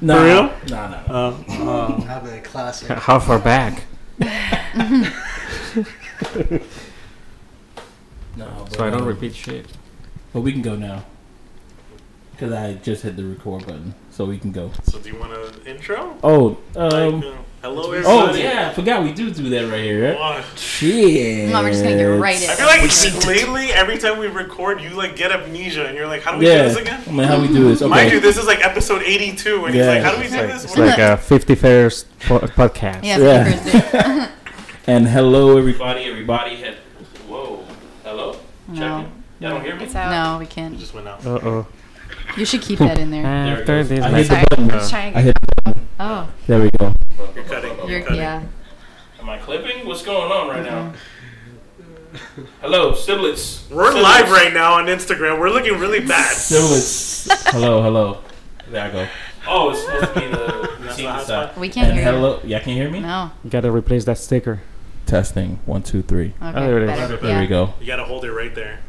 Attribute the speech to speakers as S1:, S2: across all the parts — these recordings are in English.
S1: No,
S2: For real?
S1: No, no. no.
S2: Oh, oh.
S3: Have a classic.
S4: How far back?
S1: no
S4: So I don't
S1: um,
S4: repeat shit.
S1: But we can go now. Because I just hit the record button. So we can go.
S2: So do you want an intro?
S1: Oh,
S2: Like,
S1: um.
S2: uh, hello
S1: Oh,
S2: everybody.
S1: yeah. I forgot we do do that right here. Right?
S2: Why?
S1: Shit.
S5: No, we're just gonna get right
S2: I
S5: in.
S2: feel like lately, every time we record, you like get amnesia, and you're like, "How do we do
S1: Yeah.
S2: this again?"
S1: I mean, how we do this? Okay.
S2: Mind you, this is like episode 82, and he's
S1: Yeah.
S2: like, "How do we
S4: It's
S2: do
S4: like,
S2: this?"
S4: it's
S2: What-
S4: like a 50 first po- podcast.
S5: Yeah,
S1: Yeah.
S5: for the first day.
S1: and hello, everybody. Everybody. Had, whoa. Hello.
S5: No.
S1: Y'all don't hear me?
S6: It's out.
S5: No, we
S2: It
S5: can't.
S2: just went out.
S4: Uh oh.
S5: You should keep that in there.
S4: After this,
S1: I hit
S4: message-
S1: the button.
S6: Just trying
S1: I
S6: to
S1: hit.
S5: Oh,
S1: There we go.
S2: You're cutting. You're,
S5: you're,
S2: cutting.
S5: yeah.
S1: Am I clipping? What's going on right now? Hello, siblets.
S2: We're live right now on Instagram. We're looking really bad.
S1: Siblets. hello, hello. There I go. Oh, it's supposed to be the
S2: That's not how it's
S1: side.
S5: We can't
S1: And
S5: hear you.
S1: hello, y'all can hear me?
S5: No.
S4: you gotta replace that sticker.
S1: Testing one, two, three.
S5: Okay,
S4: there it is.
S5: better.
S1: There we
S5: Yeah.
S1: go.
S2: You gotta hold it right there.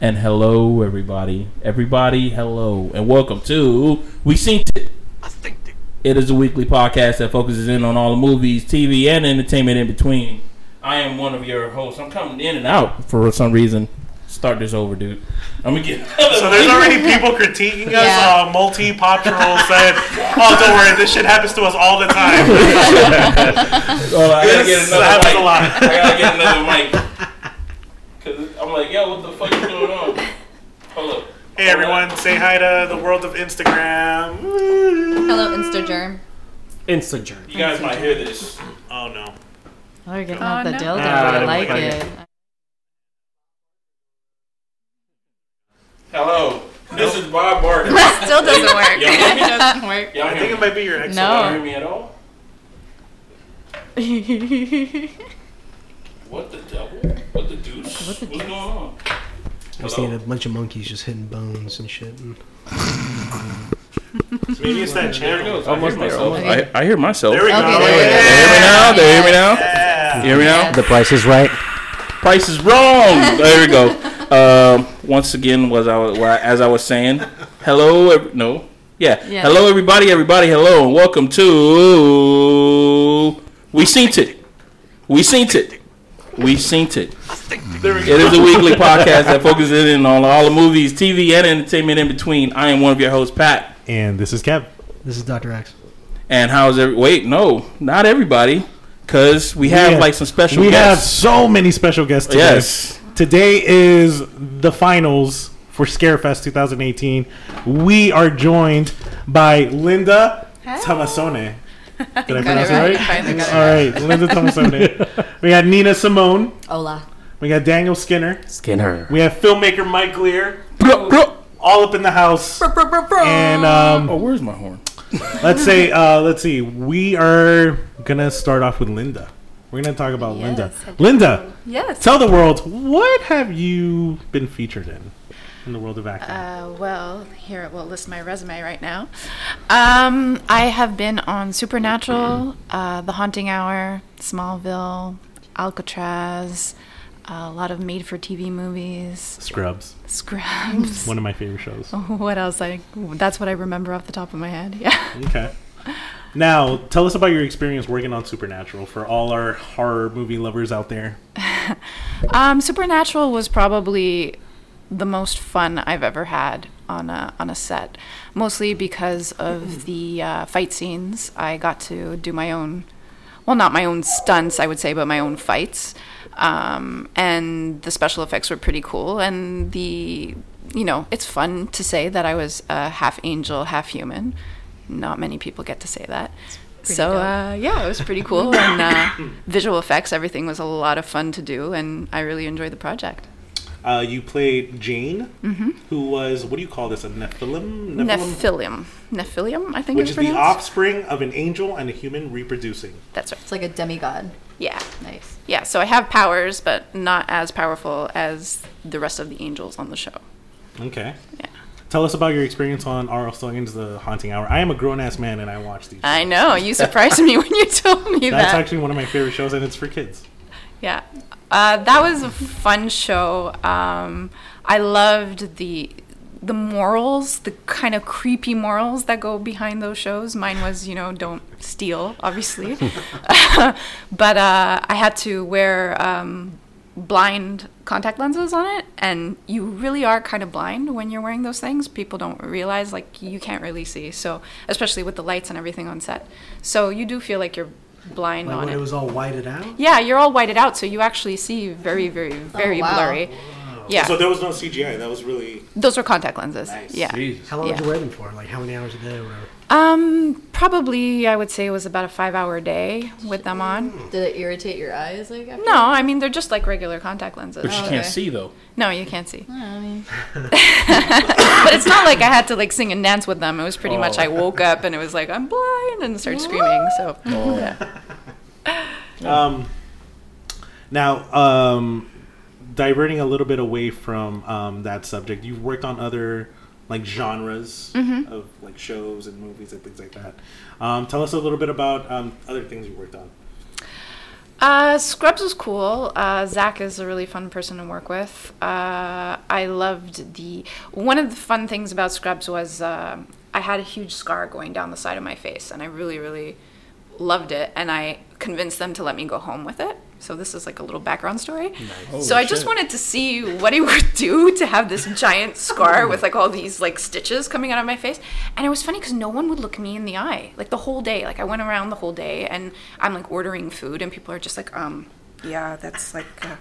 S1: And hello, everybody. Everybody, hello. And welcome to We Seen It. It is a weekly podcast that focuses in on all the movies, TV, and entertainment in between. I am one of your hosts. I'm coming in and out for some reason. Start this over, dude. I'm going to get.
S2: So there's already people critiquing us.
S5: Yeah.
S2: Uh, Multi Pop Troll said, "Oh, don't worry, this shit happens to us all the time.
S1: Oh, I gotta get
S2: This
S1: another
S2: happens
S1: mic.
S2: a lot."
S1: I gotta get another mic. Cause I'm like, yo, what the fuck is going on? Hold up.
S2: Hey everyone, say hi to the world of Instagram.
S5: Hello, Instagerm.
S4: Instagram.
S1: You guys might hear this.
S2: Oh no.
S5: Oh, you're getting out
S6: Oh,
S5: the
S6: no.
S5: dildo.
S2: Ah,
S5: I like
S2: okay.
S5: it.
S1: Hello, this is Bob Barker.
S5: Still doesn't work.
S1: Y'all hear me?
S5: doesn't work.
S1: Y'all
S2: I think
S1: hear
S2: it
S1: me?
S2: might be your ex.
S1: Y'all
S5: No.
S1: hear me at all? What the devil? What the deuce?
S5: What
S1: What's
S5: the deuce?
S1: going on?
S3: I'm seeing a bunch of monkeys just hitting bones and shit. And
S2: Maybe it's that
S1: There it
S2: channel.
S1: goes. Almost there. Almost.
S5: Okay.
S7: I, I hear myself.
S2: There we go.
S5: Okay,
S2: Yeah.
S5: there
S7: You hear me now? Do you hear me now?
S2: Yeah.
S7: You hear me now?
S5: Yeah.
S4: The price is right.
S7: Price is wrong. There we go. Um, once again, was I wa- as I was saying, hello. ev- No, yeah.
S5: Yeah.
S7: hello everybody, everybody, hello, and welcome to we seen it, we seen it, we seen it.
S2: There we go.
S7: It is a weekly podcast that focuses in on all the movies, TV, and entertainment in between. I am one of your hosts, Pat.
S2: And this is Kev.
S3: this is Dr. X.
S7: And how's every? Wait, no, not everybody, because we have
S2: have-
S7: like some special.
S2: We have
S7: guests.
S2: so many special guests today.
S7: Yes.
S2: Today is the finals for Scarefest 2018. We are joined by Linda Tomasone. Did I pronounce it
S5: right.
S2: right?
S5: You finally got it
S2: All right, Linda Tomasone. we got Nina Simone.
S5: Hola.
S2: We got Daniel Skinner.
S4: Skinner.
S2: We have filmmaker Mike Lear.
S7: Blah, blah.
S2: All up in the house. And um,
S7: Oh, where's my horn?
S2: let's say, uh, let's see. We are gonna start off with Linda. We're gonna talk about Linda.
S6: Yes, I do.
S2: Linda,
S6: Yes.
S2: Tell the world what have you been featured in in the world of acting?
S6: Uh, well, here it will list my resume right now. Um, I have been on Supernatural, uh, The Haunting Hour, Smallville, Alcatraz, a lot of made-for-TV movies,
S2: Scrubs,
S6: Scrubs.
S2: one of my favorite shows.
S6: What else? I that's what I remember off the top of my head. Yeah.
S2: Okay. Now, tell us about your experience working on Supernatural for all our horror movie lovers out there.
S6: Um, Supernatural was probably the most fun I've ever had on a on a set, mostly because of the uh, fight scenes. I got to do my own, well, not my own stunts, I would say, but my own fights. Um, and the special effects were pretty cool, and the you know it's fun to say that I was a half angel, half human. Not many people get to say that. So
S5: dope.
S6: uh, yeah, it was pretty cool, and uh, visual effects, everything was a lot of fun to do, and I really enjoyed the project.
S2: Uh, you played Jane, who was what do you call this? A Nephilim,
S6: Mm-hmm. Nephilim. Nephilim, I think
S2: which
S6: it's
S2: is the
S6: pronounced.
S2: offspring of an angel and a human reproducing.
S6: That's right.
S5: It's like a demigod.
S6: Yeah.
S5: Nice.
S6: Yeah, so I have powers, but not as powerful as the rest of the angels on the show.
S2: Okay.
S6: Yeah.
S2: Tell us about your experience on R.L. Stillings' The Haunting Hour. I am a grown ass man and I watch these.
S6: I know. You surprised me when you told me
S2: That's
S6: that.
S2: actually one of my favorite shows, and it's for kids.
S6: Yeah. Uh, that was a fun show. Um, I loved the the morals, the kind of creepy morals that go behind those shows. Mine was, you know, don't steal, obviously. but uh, I had to wear um, blind contact lenses on it, and you really are kind of blind when you're wearing those things. People don't realize, like, you can't really see. So, especially with the lights and everything on set. So, you do feel like you're blind
S3: Like
S6: on
S3: when
S6: it.
S3: it was all whited out?
S6: Yeah, you're all whited out, so you actually see very, very, very
S5: wow.
S6: blurry. Yeah,
S2: So there was no CGI. That was really
S6: those were contact lenses. Yeah.
S3: How long did
S6: Yeah.
S3: you wear them for? Like how many hours a day or whatever?
S6: Um, probably I would say it was about a five-hour day with them
S7: Hmm.
S6: on.
S5: Did it irritate your eyes? Like after
S6: No, I mean they're just like regular contact lenses.
S7: But you
S5: Oh,
S7: can't
S5: okay.
S7: see though.
S6: No, you can't see.
S5: I mean,
S6: But it's not like I had to like sing and dance with them. It was pretty much I woke up and it was like I'm blind and started screaming. So yeah.
S2: Um, now, um, diverting a little bit away from um, that subject, you've worked on other like genres
S6: Mm-hmm.
S2: of like shows and movies and things like that. Um, tell us a little bit about um, other things you worked on.
S6: Uh, Scrubs was cool. Uh, Zach is a really fun person to work with. Uh, I loved the. One of the fun things about Scrubs was um I had a huge scar going down the side of my face, and I really, really loved it. And I convinced them to let me go home with it. So this is like a little background story. So I just wanted to see what it would do to have this giant scar with like all these like stitches coming out of my face. And it was funny because no one would look me in the eye like the whole day. Like I went around the whole day and I'm like ordering food and people are just like, um, yeah, that's like, uh,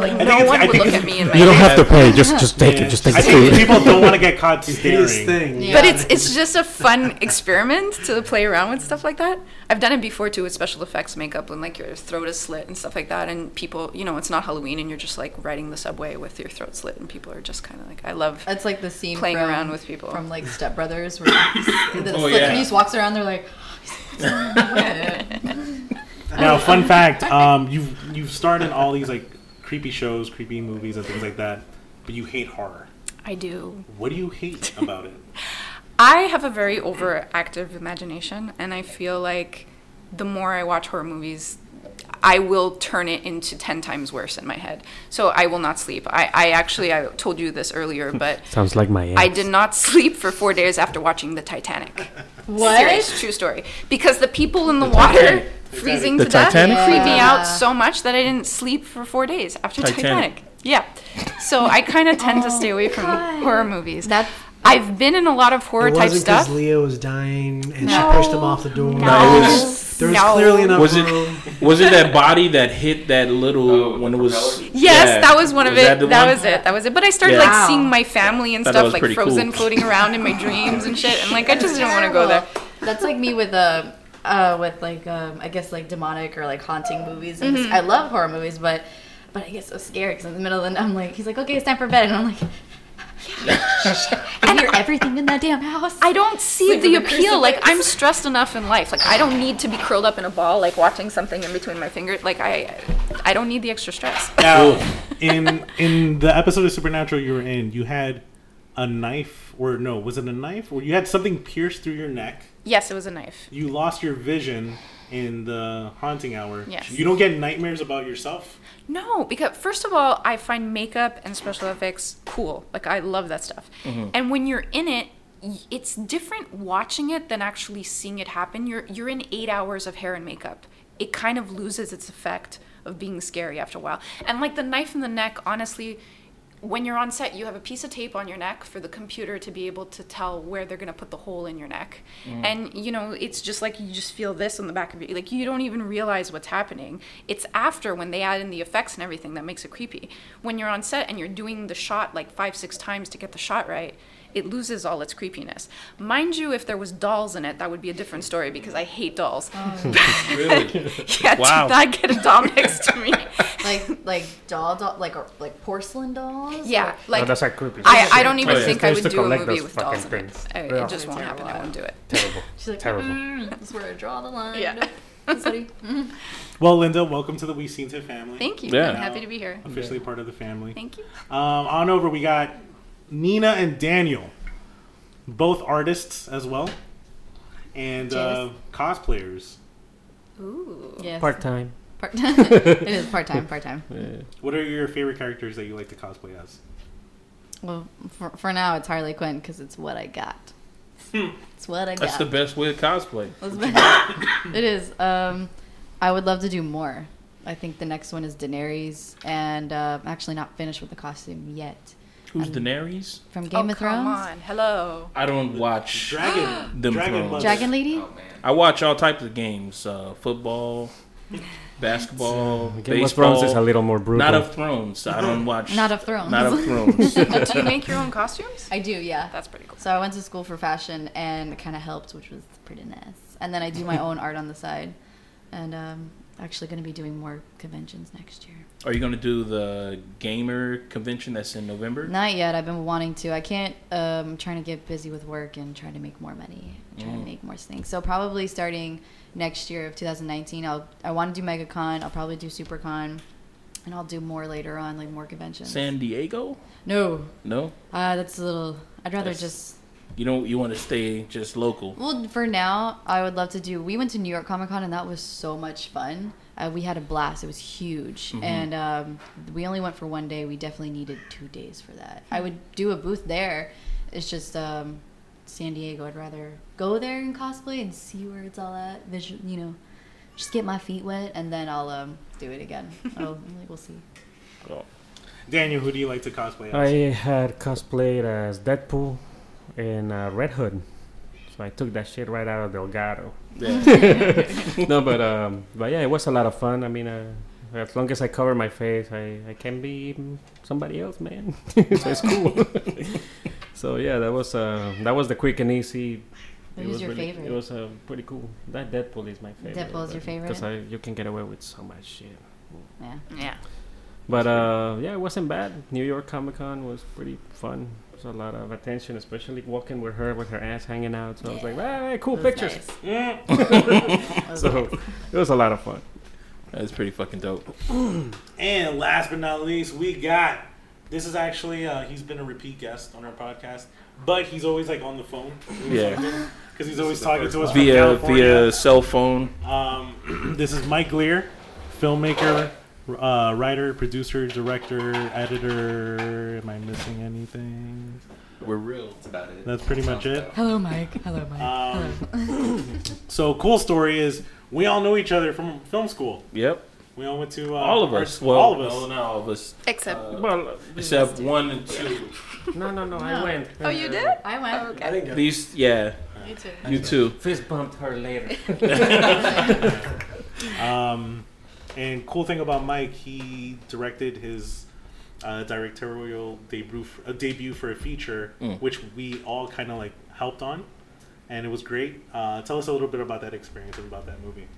S6: like
S2: think it's-
S6: no one
S2: I
S6: would
S2: think
S6: look
S2: it's-
S6: at me in my
S4: You don't
S6: face.
S4: have to pay. Just just take it. Just take
S2: I
S4: the
S2: think
S4: food.
S2: people don't want to get caught
S3: His
S2: staring.
S3: thing.
S5: Yeah.
S6: But it's it's just a fun experiment to play around with stuff like that. I've done it before too with special effects makeup when like your throat is slit and stuff like that, and people, you know, it's not Halloween and you're just like riding the subway with your throat slit, and people are just kind of like, I love.
S5: that's like the scene
S6: Playing
S5: from-
S6: around with people.
S5: from like Step Brothers, where the
S7: Oh,
S5: slit-
S7: yeah.
S5: he just walks around. They're like,
S2: Now, fun fact: um, you've you've starred in all these like creepy shows, creepy movies, and things like that. But you hate horror.
S6: I do.
S2: What do you hate about it?
S6: I have a very overactive imagination, and I feel like the more I watch horror movies, I will turn it into 10 times worse in my head. So I will not sleep. I, I actually, I told you this earlier, but
S4: Sounds like my
S6: I
S4: ex.
S6: did not sleep for four days after watching The Titanic. Serious, true story. Because the people in the, water
S7: Titanic.
S6: freezing
S7: The
S6: to death
S7: Titanic?
S6: freaked me
S5: Yeah.
S6: out so much that I didn't sleep for four days after
S7: Titanic.
S6: Titanic. Yeah. So I kind of tend to stay away from horror movies.
S5: That's-
S6: I've been in a lot of horror
S3: It
S6: type
S3: wasn't because
S6: stuff.
S3: Leo was dying and
S6: No.
S3: she pushed him off the door.
S7: No, it was-
S3: There was
S6: No.
S3: clearly enough
S7: Was it-
S3: room.
S7: Was it that body that hit that little when it was?
S6: Yes,
S7: Yeah.
S6: that was one of it.
S7: that
S6: That,
S7: the one?
S6: was it. That was it. But I started
S7: Yeah.
S6: like seeing my family and
S7: Thought that was
S6: stuff like
S7: pretty cool.
S6: frozen floating around in my dreams and shit. And like I just didn't want to go there.
S5: That's like me with uh, uh, with like um, I guess like demonic or like haunting movies. And
S6: Mm-hmm.
S5: I love horror movies, but but I get so scared because in the middle of the night I'm like, he's like, okay, it's time for bed, and I'm like, I hear everything in that damn house.
S6: I don't see
S5: Sleep
S6: the
S5: with a
S6: appeal. Like
S5: crucifix.
S6: I'm stressed enough in life. Like I don't need to be curled up in a ball, like watching something in between my fingers. Like I, I don't need the extra stress.
S2: Now, in in the episode of Supernatural you were in, you had a knife, or no, was it a knife? Or you had something pierced through your neck.
S6: Yes, it was a knife.
S2: You lost your vision in the haunting hour.
S6: Yes.
S2: You don't get nightmares about yourself.
S6: No, because first of all, I find makeup and special effects cool. Like I love that stuff. And when you're in it, y- it's different watching it than actually seeing it happen. You're you're in 8 hours of hair and makeup. It kind of loses its effect of being scary after a while. And like the knife in the neck, honestly, when you're on set, you have a piece of tape on your neck for the computer to be able to tell where they're going to put the hole in your neck. And, you know, it's just like you just feel this on the back of your, like you don't even realize what's happening. It's after when they add in the effects and everything that makes it creepy. When you're on set and you're doing the shot like five, six times to get the shot right, it loses all its creepiness. Mind you, if there was dolls in it, that would be a different story because I hate dolls.
S7: Really?
S6: yeah,
S7: Wow.
S6: did not get a doll next to me.
S5: like like doll doll like or, like porcelain dolls.
S6: Yeah, like
S4: that's like creepy.
S6: I, I don't even
S7: Oh, yeah.
S6: think I
S4: Used
S6: would
S4: to
S6: do a
S4: collect
S6: movie
S4: those
S6: with
S4: fucking
S6: dolls in it.
S4: things.
S6: I-
S4: Yeah.
S6: It just won't happen. I won't do it.
S4: Terrible.
S5: She's like,
S4: Terrible.
S5: Mm, that's where I draw the line.
S6: Yeah.
S5: That's what he-
S2: Well, Linda, welcome to the We Seen It family.
S6: Thank you.
S7: Yeah.
S6: I'm happy to be here.
S2: Officially part of the family.
S6: Thank you.
S2: Um, on over, we got Nina and Daniel, both artists as well, and uh, cosplayers.
S6: Ooh.
S5: Yes.
S4: Part time.
S5: Part- it is part time. Part time.
S2: What are your favorite characters that you like to cosplay as?
S5: Well, for, for now it's Harley Quinn because it's what I got. it's what I
S7: Hmm. That's
S5: got.
S7: the best way to cosplay.
S5: Let's make- it is. Um, I would love to do more. I think the next one is Daenerys, and uh, I'm actually not finished with the costume yet
S7: Who's
S6: Mm.
S7: Daenerys?
S5: from Game
S6: oh,
S5: of
S6: come
S5: Thrones.
S6: on. Hello.
S7: I don't watch.
S2: Dragon.
S7: Them
S2: Dragon
S7: thrones.
S2: Blood.
S5: Dragon Lady.
S7: I watch all types of games: uh, football, basketball,
S4: Game of Thrones is a
S7: baseball.
S4: little more brutal.
S7: Not of Thrones. I don't watch.
S5: Not of Thrones.
S7: Not of Thrones.
S6: Do you make your own costumes?
S5: I do, yeah.
S6: That's pretty cool.
S5: So I went to school for fashion and kind of helped, which was pretty nice. And then I do my own art on the side, and um, actually going to be doing more conventions next year.
S7: Are you going to do the gamer convention that's in November?
S5: Not yet. I've been wanting to. I can't. Um, trying to get busy with work and trying to make more money. Trying to make more things. So probably starting next year of 2019, I'll I want to do MegaCon. I'll probably do SuperCon, and I'll do more later on, like more conventions.
S7: San Diego?
S5: no,
S7: No.
S5: uh, that's a little. I'd rather
S7: That's-
S5: just
S7: You don't. You want to stay just local.
S5: Well, for now, I would love to do. We went to New York Comic Con, and that was so much fun. Uh, we had a blast. It was huge, and um, we only went for one day. We definitely needed two days for that. I would do a booth there. It's just um, San Diego. I'd rather go there and cosplay and see where it's all at. Visual, you know, just get my feet wet, and then I'll um, do it again. I'll, like, we'll see.
S2: Daniel, who do you like to cosplay as?
S4: I had cosplayed as Deadpool and uh, Red Hood. So I took that shit right out of Delgado. no, but um, but yeah, it was a lot of fun. I mean, uh, as long as I cover my face, I, I can be mm, somebody else, man. so it's cool. so yeah, that was uh, that was the quick and easy.
S5: Who's your
S4: really-
S5: favorite?
S4: It was uh, pretty cool. That Deadpool is my favorite.
S5: Deadpool is your
S4: because
S5: favorite?
S4: you can get away with so much shit.
S5: Yeah.
S6: Yeah.
S4: But uh, yeah, it wasn't bad. New York Comic Con was pretty fun. There's a lot of attention, especially walking with her with her ass hanging out. So I was like, "Hey, cool
S5: That was
S4: pictures."
S5: nice.
S2: Mm.
S5: That was
S4: So it was a lot of fun.
S7: That's pretty fucking dope.
S2: And last but not least, we got. This is actually uh, he's been a repeat guest on our podcast, but he's always like on the phone.
S7: Yeah.
S2: because he's always talking to us from
S7: Via
S2: California.
S7: via cell phone.
S2: Um, this is Mike Lear, filmmaker, uh, writer, producer, director, editor. Am I missing anything?
S7: We're real.
S8: That's about it.
S2: That's pretty much it.
S5: Hello, Mike. Hello, Mike. Hello.
S2: Um, So cool story is we all know each other from film school.
S7: Yep.
S2: We all went to uh,
S7: All of
S2: our-
S7: us. Well,
S2: all of us.
S7: no, not all of us.
S6: Except.
S4: Well,
S7: Except one and two.
S4: no, no, no, I went.
S6: oh, you did?
S5: I went.
S6: Okay.
S7: These, yeah,
S5: You too.
S7: you too.
S4: Fist bumped her later.
S2: Um, and cool thing about Mike, he directed his uh, directorial debut uh, debut for a feature,
S7: Mm.
S2: which we all kind of like helped on, and it was great. Uh, tell us a little bit about that experience and about that movie.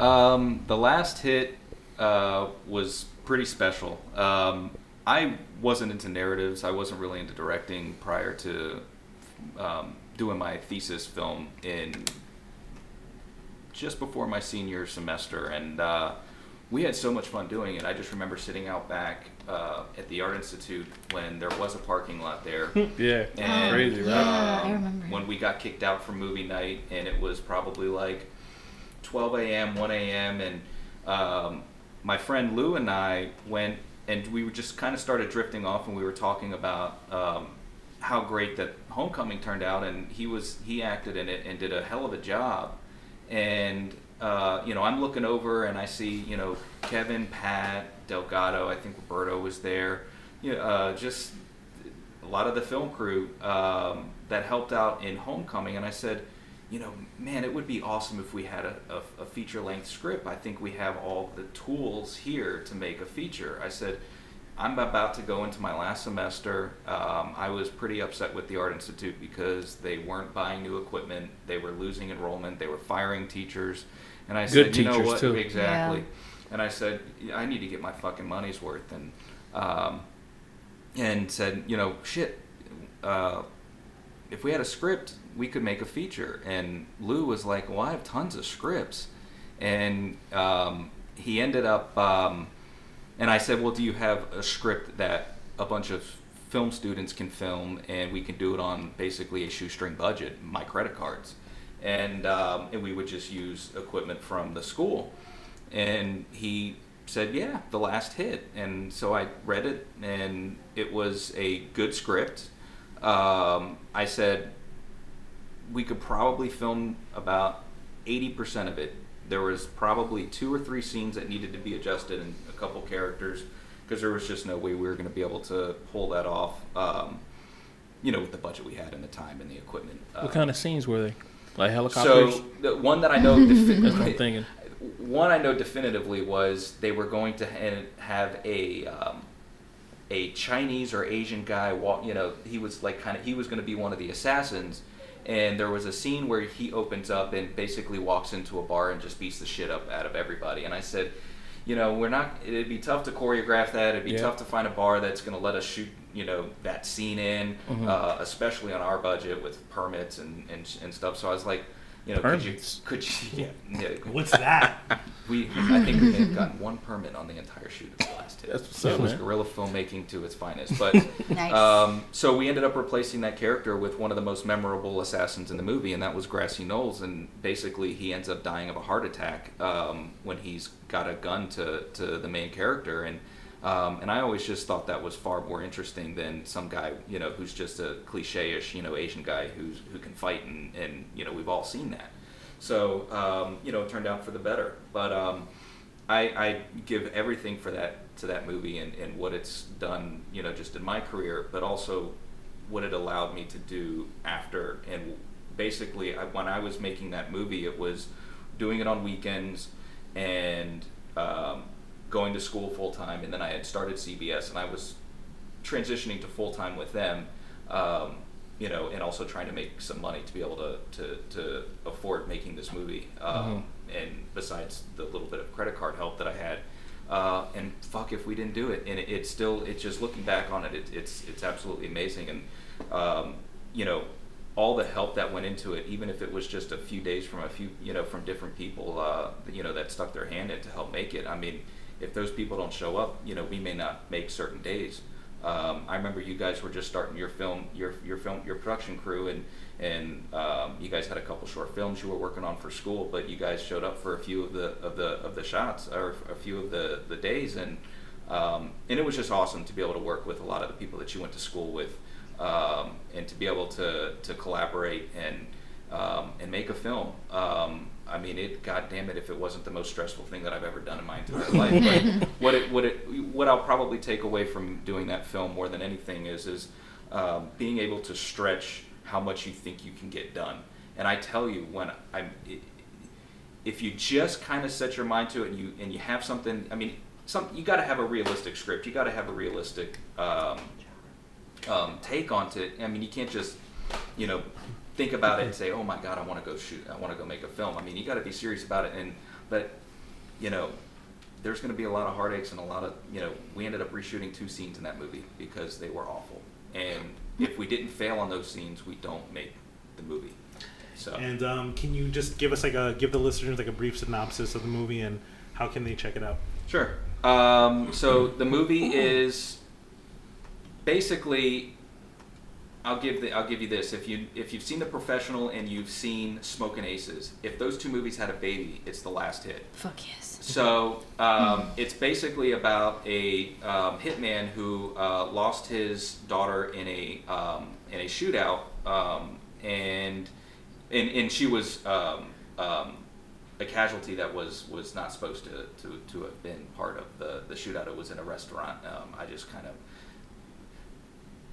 S8: Um, the last hit uh, was pretty special. Um, I wasn't into narratives. I wasn't really into directing prior to um, doing my thesis film in just before my senior semester, and uh, we had so much fun doing it. I just remember sitting out back uh, at the Art Institute when there was a parking lot there.
S7: Yeah,
S8: And,
S7: crazy, right?
S5: Yeah, I
S8: Oh, um,
S5: remember.
S8: When we got kicked out from movie night, and it was probably like 12 a.m., 1 a.m., and um, my friend Lou and I went, and we were just kind of started drifting off, and we were talking about um, how great that Homecoming turned out, and he was he acted in it and did a hell of a job, and. Uh, you know, I'm looking over and I see, you know, Kevin, Pat, Delgado, I think Roberto was there. You know, uh, just a lot of the film crew um, that helped out in Homecoming, and I said, you know, man, it would be awesome if we had a, a, a feature length script. I think we have all the tools here to make a feature. I said, I'm about to go into my last semester. Um, I was pretty upset with the Art Institute because they weren't buying new equipment, they were losing enrollment, they were firing teachers, and I
S7: Good
S8: said, you know
S7: teachers,
S8: what,
S7: too.
S8: exactly.
S5: Yeah.
S8: And I said, I need to get my fucking money's worth, and. Um, and said, you know, shit, uh, if we had a script, we could make a feature. And Lou was like, well, I have tons of scripts. And um, he ended up, um, and I said, well, do you have a script that a bunch of film students can film and we can do it on basically a shoestring budget, my credit cards? And, um, and we would just use equipment from the school. And he said, "Yeah, the last hit." And so I read it, and it was a good script. Um, I said, "We could probably film about eighty percent of it." There was probably two or three scenes that needed to be adjusted, and a couple characters, because there was just no way we were going to be able to pull that off. Um, you know, with the budget we had and the time and the equipment. Uh,
S7: What kind of scenes were they? Like helicopters?
S8: so the one that I know, defi-
S7: That's what I'm thinking.
S8: one I know definitively was they were going to ha- have a um, a Chinese or Asian guy walk. You know, he was like kind of he was going to be one of the assassins. And there was a scene where he opens up and basically walks into a bar and just beats the shit up out of everybody. And I said, you know, we're not. It'd be tough to choreograph that. It'd be
S7: Yeah.
S8: tough to find a bar that's going to let us shoot, you know, that scene in,
S7: Mm-hmm.
S8: uh, especially on our budget with permits and and, and stuff. So I was like, you know,
S7: Permits?
S8: could you could you yeah, yeah
S2: What's that?
S8: we, I think we may have gotten one permit on the entire shoot of the last hit.
S7: That's what's up,
S8: it was
S7: man.
S8: guerrilla filmmaking to its finest. But
S5: Nice.
S8: um, so we ended up replacing that character with one of the most memorable assassins in the movie, and that was Grassy Knowles. And basically, he ends up dying of a heart attack um, when he's got a gun to, to the main character. And um, and I always just thought that was far more interesting than some guy, you know, who's just a cliche-ish, you know, Asian guy who's who can fight, and, and you know, we've all seen that. So um, you know, it turned out for the better. But um, I, I give everything for that to that movie and, and what it's done, you know, just in my career, but also what it allowed me to do after. And basically, I, when I was making that movie, it was doing it on weekends and um, going to school full time. And then I had started CBS, and I was transitioning to full time with them, um, you know, and also trying to make some money to be able to to, to afford making this movie. Um, And besides the little bit of credit card help that I had, uh, and fuck if we didn't do it. And it, it's still it's just looking back on it, it it's it's absolutely amazing. And um, you know, all the help that went into it, even if it was just a few days from a few, you know, from different people, uh, you know, that stuck their hand in to help make it. I mean, if those people don't show up, you know, we may not make certain days. Um, I remember you guys were just starting your film, your your film, your production crew, and and um, you guys had a couple short films you were working on for school, but you guys showed up for a few of the of the of the shots or a few of the the days, and um, and it was just awesome to be able to work with a lot of the people that you went to school with um, and to be able to, to collaborate and um, and make a film. Um, I mean, it. God damn it! If it wasn't the most stressful thing that I've ever done in my entire life, but what it, what it, what I'll probably take away from doing that film more than anything is is um, being able to stretch how much you think you can get done. And I tell you, when I'm, it, if you just kind of set your mind to it and you and you have something, I mean, some you got to have a realistic script. You got to have a realistic um, um, take onto it. I mean, you can't just, you know, think about it and say, "Oh my God, I want to go shoot. I want to go make a film." I mean, you got to be serious about it. And but, you know, there's going to be a lot of heartaches and a lot of, you know, we ended up reshooting two scenes in that movie because they were awful. And if we didn't fail on those scenes, we don't make the movie. So
S2: And um, can you just give us like a give the listeners like a brief synopsis of the movie and how can they check it out?
S8: Sure. Um, so the movie is basically. I'll give the, I'll give you this. If you if you've seen The Professional and you've seen Smoke and Aces, if those two movies had a baby, it's the last hit.
S5: Fuck yes.
S8: So um, it's basically about a um, hitman who uh, lost his daughter in a um, in a shootout, um, and and and she was um, um, a casualty that was was not supposed to to, to have been part of the the shootout. It was in a restaurant. Um, I just kind of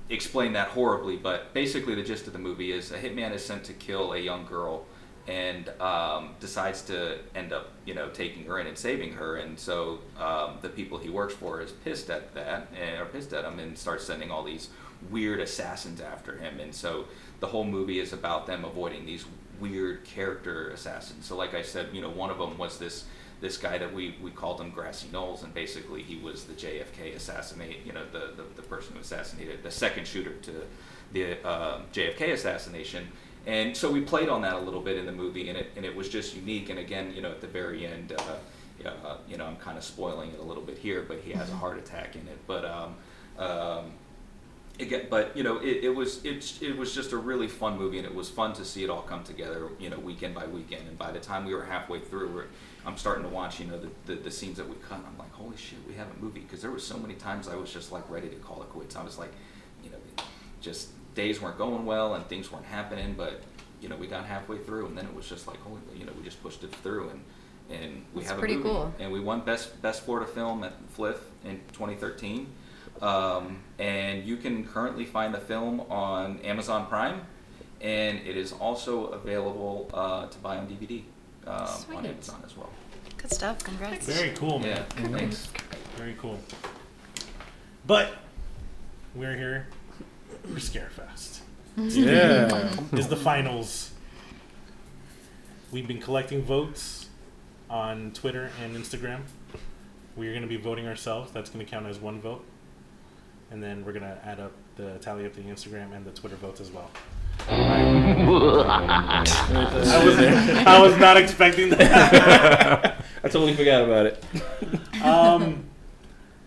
S8: explain that horribly, but basically the gist of the movie is a hitman is sent to kill a young girl and um, decides to end up, you know, taking her in and saving her. And so um, the people he works for is pissed at that, and, or pissed at him, and starts sending all these weird assassins after him. And so the whole movie is about them avoiding these weird character assassins. So like I said, you know, one of them was this this guy that we, we called him Grassy Knowles, and basically he was the JFK assassinate, you know, the, the, the person who assassinated, the second shooter to the uh, JFK assassination. And so we played on that a little bit in the movie, and it, and it was just unique. And again, you know, at the very end, uh, uh, you know, I'm kind of spoiling it a little bit here, but he has a heart attack in it. But um, um, again, but you know, it, it was it, it was just a really fun movie, and it was fun to see it all come together, you know, weekend by weekend. And by the time we were halfway through, we're, I'm starting to watch, you know, the, the, the scenes that we cut. and I'm like, holy shit, we have a movie because there were so many times I was just like ready to call it quits. I was like, you know, just days weren't going well and things weren't happening, but you know, we got halfway through, and then it was just like, holy, you know, we just pushed it through and. And we
S5: That's
S8: have
S5: pretty
S8: a movie,
S5: cool.
S8: and we won best best Florida film at FLIF in 2013. Um, and you can currently find the film on Amazon Prime, and it is also available uh, to buy on DVD um, on
S5: Sweet.
S8: Amazon as well.
S5: Good stuff. Congrats.
S2: Very cool, Oh, man.
S8: Yeah, thanks.
S2: Very cool. But we're here for Scarefest.
S7: Yeah.
S2: is the finals. We've been collecting votes on Twitter and Instagram. We're going to be voting ourselves. That's going to count as one vote. And then we're going to add up the tally up the Instagram and the Twitter votes as well. I was, I was not expecting that.
S7: I totally forgot about it.
S2: Um,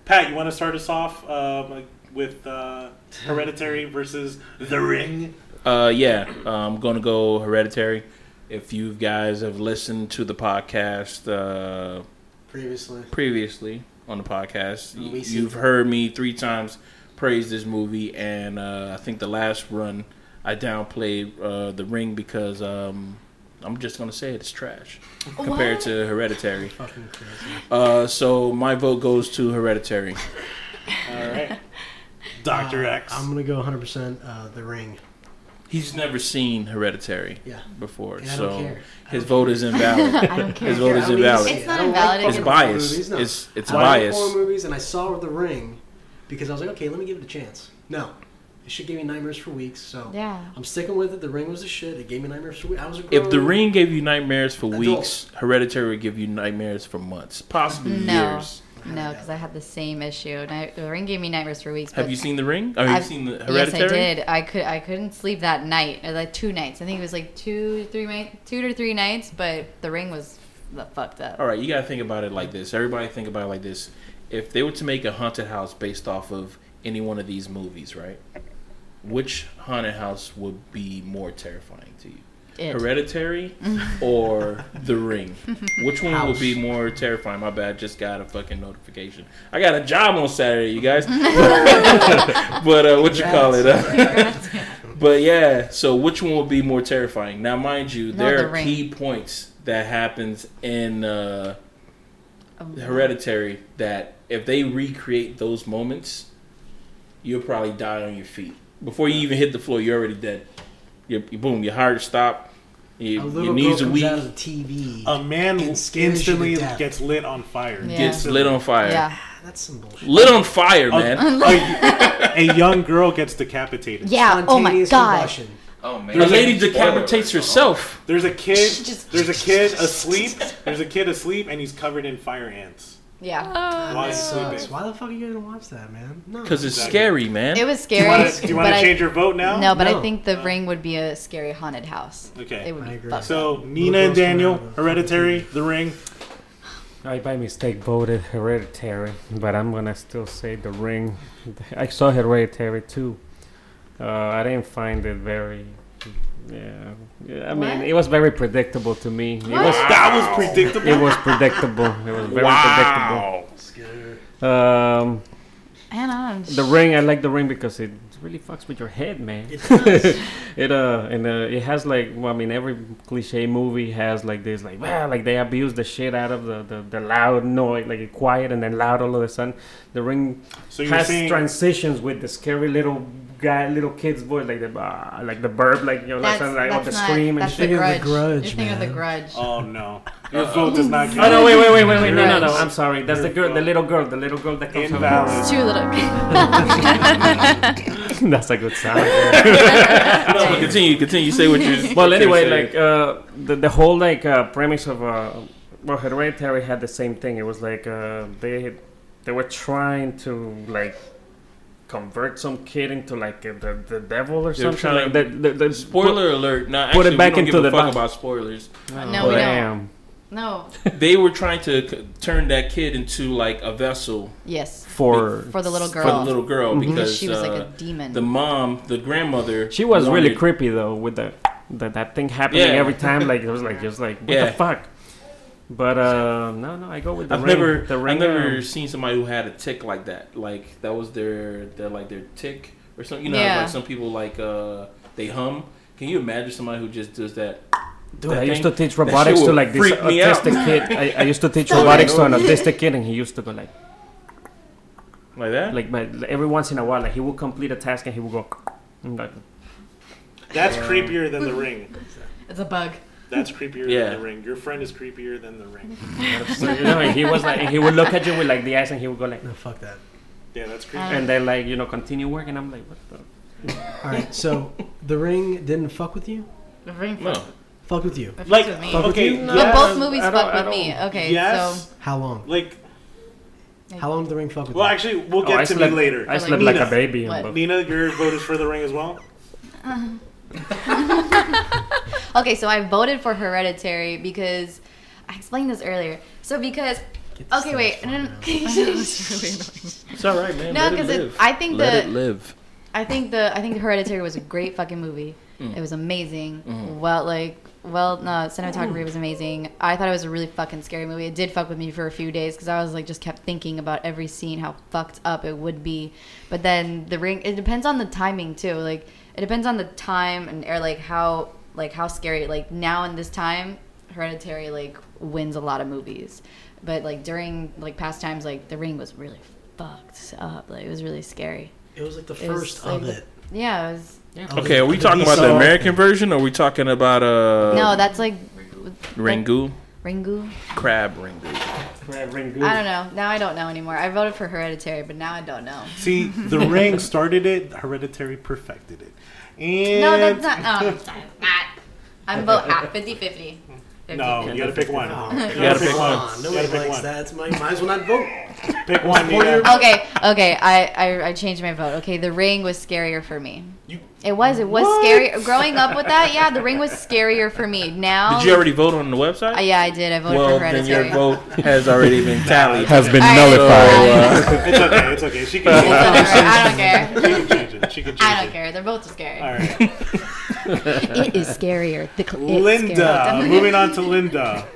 S2: Pat, you want to start us off um, with uh, Hereditary versus The Ring?
S7: Uh, yeah, I'm going to go Hereditary. If you guys have listened to the podcast uh,
S3: Previously.
S7: previously on the podcast,
S3: We
S7: y-
S3: see.
S7: you've heard me three times praise this movie, and uh, I think the last run I downplayed uh, The Ring because um, I'm just going to say it, it's trash compared to Hereditary.
S3: Fucking crazy.
S7: Uh, so my vote goes to Hereditary.
S2: All right. Dr.
S3: Uh,
S2: X.
S3: I'm gonna go 100% uh, the ring.
S7: He's never seen Hereditary
S3: Yeah.
S7: before,
S3: And I
S7: so
S3: don't care.
S7: his vote is invalid.
S5: I don't care.
S7: His vote is
S3: I don't
S7: invalid.
S3: see it.
S5: It's
S3: I
S5: not
S3: don't
S5: invalid, it
S3: Like
S7: It's
S5: Fucking
S7: biased.
S3: Movies, no.
S7: It's it's
S3: I like
S7: biased.
S3: Horror movies, and I saw The Ring because I was like, okay, let me give it a chance. No, it should give me nightmares for weeks. So
S5: Yeah.
S3: I'm sticking with it. The Ring was a shit. It gave me nightmares for weeks. I was a grown
S7: If The Ring gave you nightmares for
S3: Adult.
S7: weeks, Hereditary would give you nightmares for months, possibly
S5: No.
S7: years.
S5: No, because I had the same issue. Night- The ring gave me nightmares for weeks.
S7: Have
S5: but-
S7: you seen The Ring? Or have
S5: I've-
S7: you seen the
S5: Yes,
S7: Hereditary?
S5: I did. I could. I couldn't sleep that night. Or like two nights. I think it was like two, three night, two to three nights. But the ring was f- fucked up.
S7: All right, you gotta think about it like this. Everybody think about it like this. If they were to make a haunted house based off of any one of these movies, right? Which haunted house would be more terrifying to you?
S5: It.
S7: Hereditary or The Ring? Which one will be more terrifying? My bad, just got a fucking notification. I got a job on Saturday, you guys. but uh, what you call it? Uh, but yeah, so which one will be more terrifying? Now, mind you,
S5: No,
S7: there
S5: The
S7: are
S5: Ring.
S7: key points that happens in uh, Hereditary that if they recreate those moments, you'll probably die on your feet before you even hit the floor. You're already dead. Your you, boom, your heart stop.
S3: A
S7: Your,
S3: little
S7: your knees
S3: girl
S7: are
S3: comes
S7: weak. Um,
S3: out of the TV.
S2: A man
S3: It scares you to
S2: instantly
S3: death.
S2: gets lit on fire.
S5: Yeah.
S7: Gets lit on fire.
S5: Yeah.
S3: Ah, That's some bullshit.
S7: Lit on fire,
S4: Oh,
S2: A,
S4: mm.
S7: man.
S2: a- a young girl gets decapitated.
S5: Yeah. Oh my
S3: Spontaneous
S5: god.
S3: combustion.
S8: Oh man,
S7: The lady
S8: Spoiler
S7: decapitates
S8: alert.
S7: herself.
S2: There's a kid.
S5: Just-
S2: There's a kid asleep. There's a kid asleep, and he's covered in fire ants.
S5: Yeah.
S2: Why is he
S3: Sucks.
S2: sleeping?
S3: Why the fuck are you gonna watch that, man? No.
S7: Because it's
S2: Exactly.
S7: scary, man.
S5: It was
S2: Do you
S5: scary.
S2: wanna- Do you want
S5: but
S2: to
S5: I-
S2: change your vote now?
S5: No, but I
S3: No.
S5: think the ring would be a scary haunted house.
S2: Okay.
S5: It would
S3: I
S5: be
S3: agree.
S5: fucked up.
S2: So Nina and Daniel, Hereditary, The Ring.
S4: I by mistake voted Hereditary, but I'm gonna still say The Ring. I saw Hereditary too. Uh, I didn't find it very. Yeah, yeah. I mean,
S5: What?
S4: it was very predictable to me. It was.
S2: That was predictable.
S4: It was predictable. It was very
S7: wow.
S4: predictable. Um,
S5: And uh, on.
S4: the ring, I like the ring because it really fucks with your head, man.
S3: It does.
S4: It uh and uh, it has like well, I mean every cliche movie has like this like wow like they abuse the shit out of the, the, the loud noise like quiet and then loud all of a sudden the ring
S2: So you're
S4: has
S2: saying
S4: transitions with the scary little guy little kid's voice like the ah, like the burp like you know like,
S5: That's,
S4: something like
S5: that's
S4: oh, the
S5: not.
S4: scream and
S5: that's
S4: shit.
S5: the
S3: You're
S5: grudge.
S3: thinking of The Grudge,
S5: You're thinking of the
S3: man.
S5: grudge.
S2: Oh no, your vote does not
S4: Oh
S2: count.
S4: no! Wait, wait, wait, wait, wait! No, no, no!
S5: Grudge.
S4: I'm sorry. That's the girl, the little girl, the little girl that comes from.
S2: Invalid.
S5: It's too little.
S4: That's a good sound.
S7: No, but continue, continue. Say what you.
S4: well anyway
S7: say.
S4: like uh, the, the whole like uh, premise of uh, well hereditary had the same thing it was like uh, they they were trying to like convert some kid into like uh, the, the devil or
S7: They're
S4: something
S7: trying
S4: like that the, the,
S7: spoiler alert. No,
S4: put it
S7: actually,
S4: back
S7: we don't
S4: into
S7: give a
S4: the
S7: fuck
S4: box.
S7: about spoilers.
S5: No, we don't.
S4: Damn.
S5: No.
S7: They were trying to c- turn that kid into like a vessel
S5: Yes.
S4: for
S5: For the little girl. Mm-hmm.
S7: for the little girl because
S5: she was like a
S7: uh,
S5: demon.
S7: the mom, the grandmother,
S4: She was really
S7: wanted-
S4: creepy though with the, the that thing happening
S7: Yeah.
S4: every time. Like it was like just like what
S7: Yeah.
S4: the fuck. But uh, no, no, I go with the
S7: I've
S4: ring.
S7: never,
S4: the
S7: I've
S4: ring.
S7: never seen somebody who had a tick like that. Like that was their, their like their tick or something. You know, how,
S5: Yeah.
S7: like some people like uh, they hum. Can you imagine somebody who just does that?
S4: Dude,
S7: That
S4: I used
S7: thing-
S4: to teach
S7: shit
S4: robotics to
S7: would
S4: like this
S7: freak me out.
S4: autistic kid. I, I used to teach robotics to an autistic kid, and he used to go like,
S7: Like that?
S4: like, my, every once in a while, like he would complete a task and he would go, and like,
S2: That's creepier than the ring.
S5: it's a bug.
S2: That's creepier
S7: Yeah.
S2: than the ring. Your friend is creepier than the ring.
S4: so, you know, and he was like, and he would look at you with like the eyes, and he would go like,
S3: No, fuck that.
S2: Yeah, that's creepy.
S4: and then like you know continue working. I'm like, what the?
S3: All right, so the ring didn't fuck with you.
S5: The ring
S7: No.
S5: fucked-
S3: Fuck with you.
S5: fucked
S2: Like,
S5: with me.
S3: fuck with
S2: okay,
S3: you?
S5: But both
S2: yes,
S5: movies
S4: I don't-
S5: fucked
S4: I
S5: with me.
S4: don't-
S5: Okay,
S2: yes.
S3: How long?
S2: Like,
S3: How long did the ring fuck with
S2: well,
S3: you?
S2: actually, we'll
S4: Oh,
S2: get
S4: I
S2: to
S4: slept,
S2: me later.
S4: I
S5: Or,
S4: slept
S5: like,
S4: like a baby.
S5: What?
S4: and-
S2: Nina, your vote is for the ring as well.
S5: so okay, so I voted for Hereditary because I explained this earlier. So because
S3: Get this
S5: okay,
S3: thing
S5: wait,
S3: off
S5: no,
S3: my
S5: no,
S3: mouth.
S7: It's all right, man.
S5: no,
S7: Let it
S5: because
S7: live.
S5: I think
S7: Let
S5: the
S7: it live.
S5: I think the I think Hereditary was a great fucking movie. It was amazing. Well, like well, no, cinematography was amazing. I thought it was a really fucking scary movie. It did fuck with me for a few days because I was like just kept thinking about every scene how fucked up it would be. But then the ring. It depends on the timing too. Like it depends on the time and or like how like how scary. Like now in this time, Hereditary like wins a lot of movies. But like during like past times, like the ring was really fucked up. Like it was really scary.
S3: It was like the
S5: It was
S3: first
S5: like
S3: of
S5: the-
S3: it.
S5: Yeah, it was.
S3: Of
S7: Okay,
S3: the-
S7: are we
S3: the
S7: talking about the
S3: VCR.
S7: American version or are we talking about uh
S5: No, that's like
S7: Ringu?
S5: Ringu.
S7: Crab Ringu.
S5: I don't know. Now I don't know anymore. I voted for Hereditary, but now I don't know.
S2: See, the ring started it. Hereditary perfected it. And
S5: No, that's not. No, that's not. I'm vote ah, at 50 50.
S2: No, you gotta pick one.
S3: Oh,
S7: You gotta pick
S3: come
S7: one.
S3: on.
S2: You gotta
S3: Nobody
S2: pick
S3: likes
S2: one.
S3: that. It's my, might as well not vote.
S2: Pick one, Nina.
S5: Okay, okay. I, I I changed my vote. Okay, The Ring was scarier for me. It was. It was scary. Growing up with that, yeah, The Ring was scarier for me. Now.
S7: Did you already vote on the website?
S5: Uh, yeah, I did. I voted
S7: well,
S5: for
S7: then your
S5: Hereditary.
S7: vote has already been tallied.
S9: has been
S5: Alright.
S9: nullified.
S5: Uh,
S2: It's okay. It's okay. She
S5: it's over.
S2: can,
S5: I don't care.
S2: she can change it. She can change
S5: I don't
S2: it.
S5: care. They're both scary.
S2: All right.
S5: It is scarier. The cl- it's
S2: Linda.
S5: scarier.
S2: Moving on to Linda.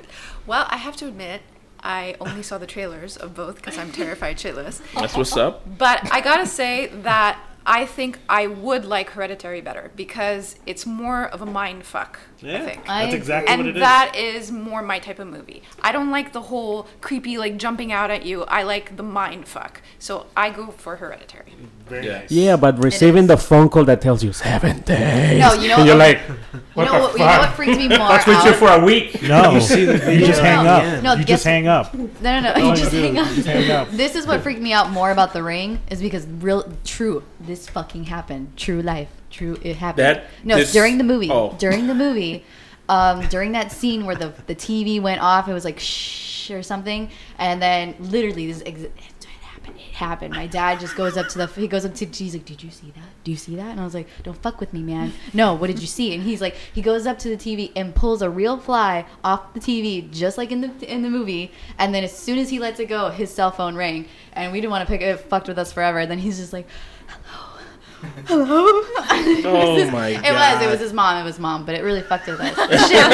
S6: Well, I have to admit, I only saw the trailers of both because I'm terrified shitless.
S7: That's what's up.
S6: But I gotta say that I think I would like Hereditary better because it's more of a mind fuck.
S2: Yeah,
S6: I think.
S5: I
S2: that's
S5: agree.
S2: exactly what it
S6: and
S2: is.
S6: that is more my type of movie. I don't like the whole creepy, like jumping out at you. I like the mind fuck. So I go for Hereditary.
S2: Very
S7: Yeah.
S2: nice.
S4: Yeah, but receiving the phone call that tells you seven days.
S5: No, you know
S4: and you're
S5: what-
S4: like,
S5: You
S4: what
S5: know, what,
S4: the
S5: you know what
S4: fuck?
S5: freaks me more
S4: That's with
S5: out?
S4: you for a week.
S2: No, you,
S3: video
S2: just
S3: at
S2: hang
S3: the
S2: up.
S3: end.
S5: No,
S2: you
S5: guess-
S2: just hang up.
S5: No, no, no.
S4: Oh,
S5: you just
S2: do.
S5: hang
S2: You
S5: up.
S2: hang up.
S5: This is what freaked me out more about the ring is because real, true, this fucking happened. True life, true, it happened.
S7: That-
S5: no,
S7: this-
S5: during the movie,
S7: oh.
S5: during the movie, um, during that scene where the the TV went off, it was like shh or something, and then literally this. Ex- it happened. It happened. My dad just goes up to the. He goes up to. He's like, "Did you see that? Do you see that?" And I was like, "Don't fuck with me, man. No, what did you see?" And he's like, he goes up to the TV and pulls a real fly off the TV, just like in the in the movie. And then as soon as he lets it go, his cell phone rang, and we didn't want to pick it. Fucked with us forever. And then he's just like, "Hello, hello."
S7: Oh
S5: It was-
S7: my
S5: It was. It was his mom. It was mom. But it really fucked with us. Shit,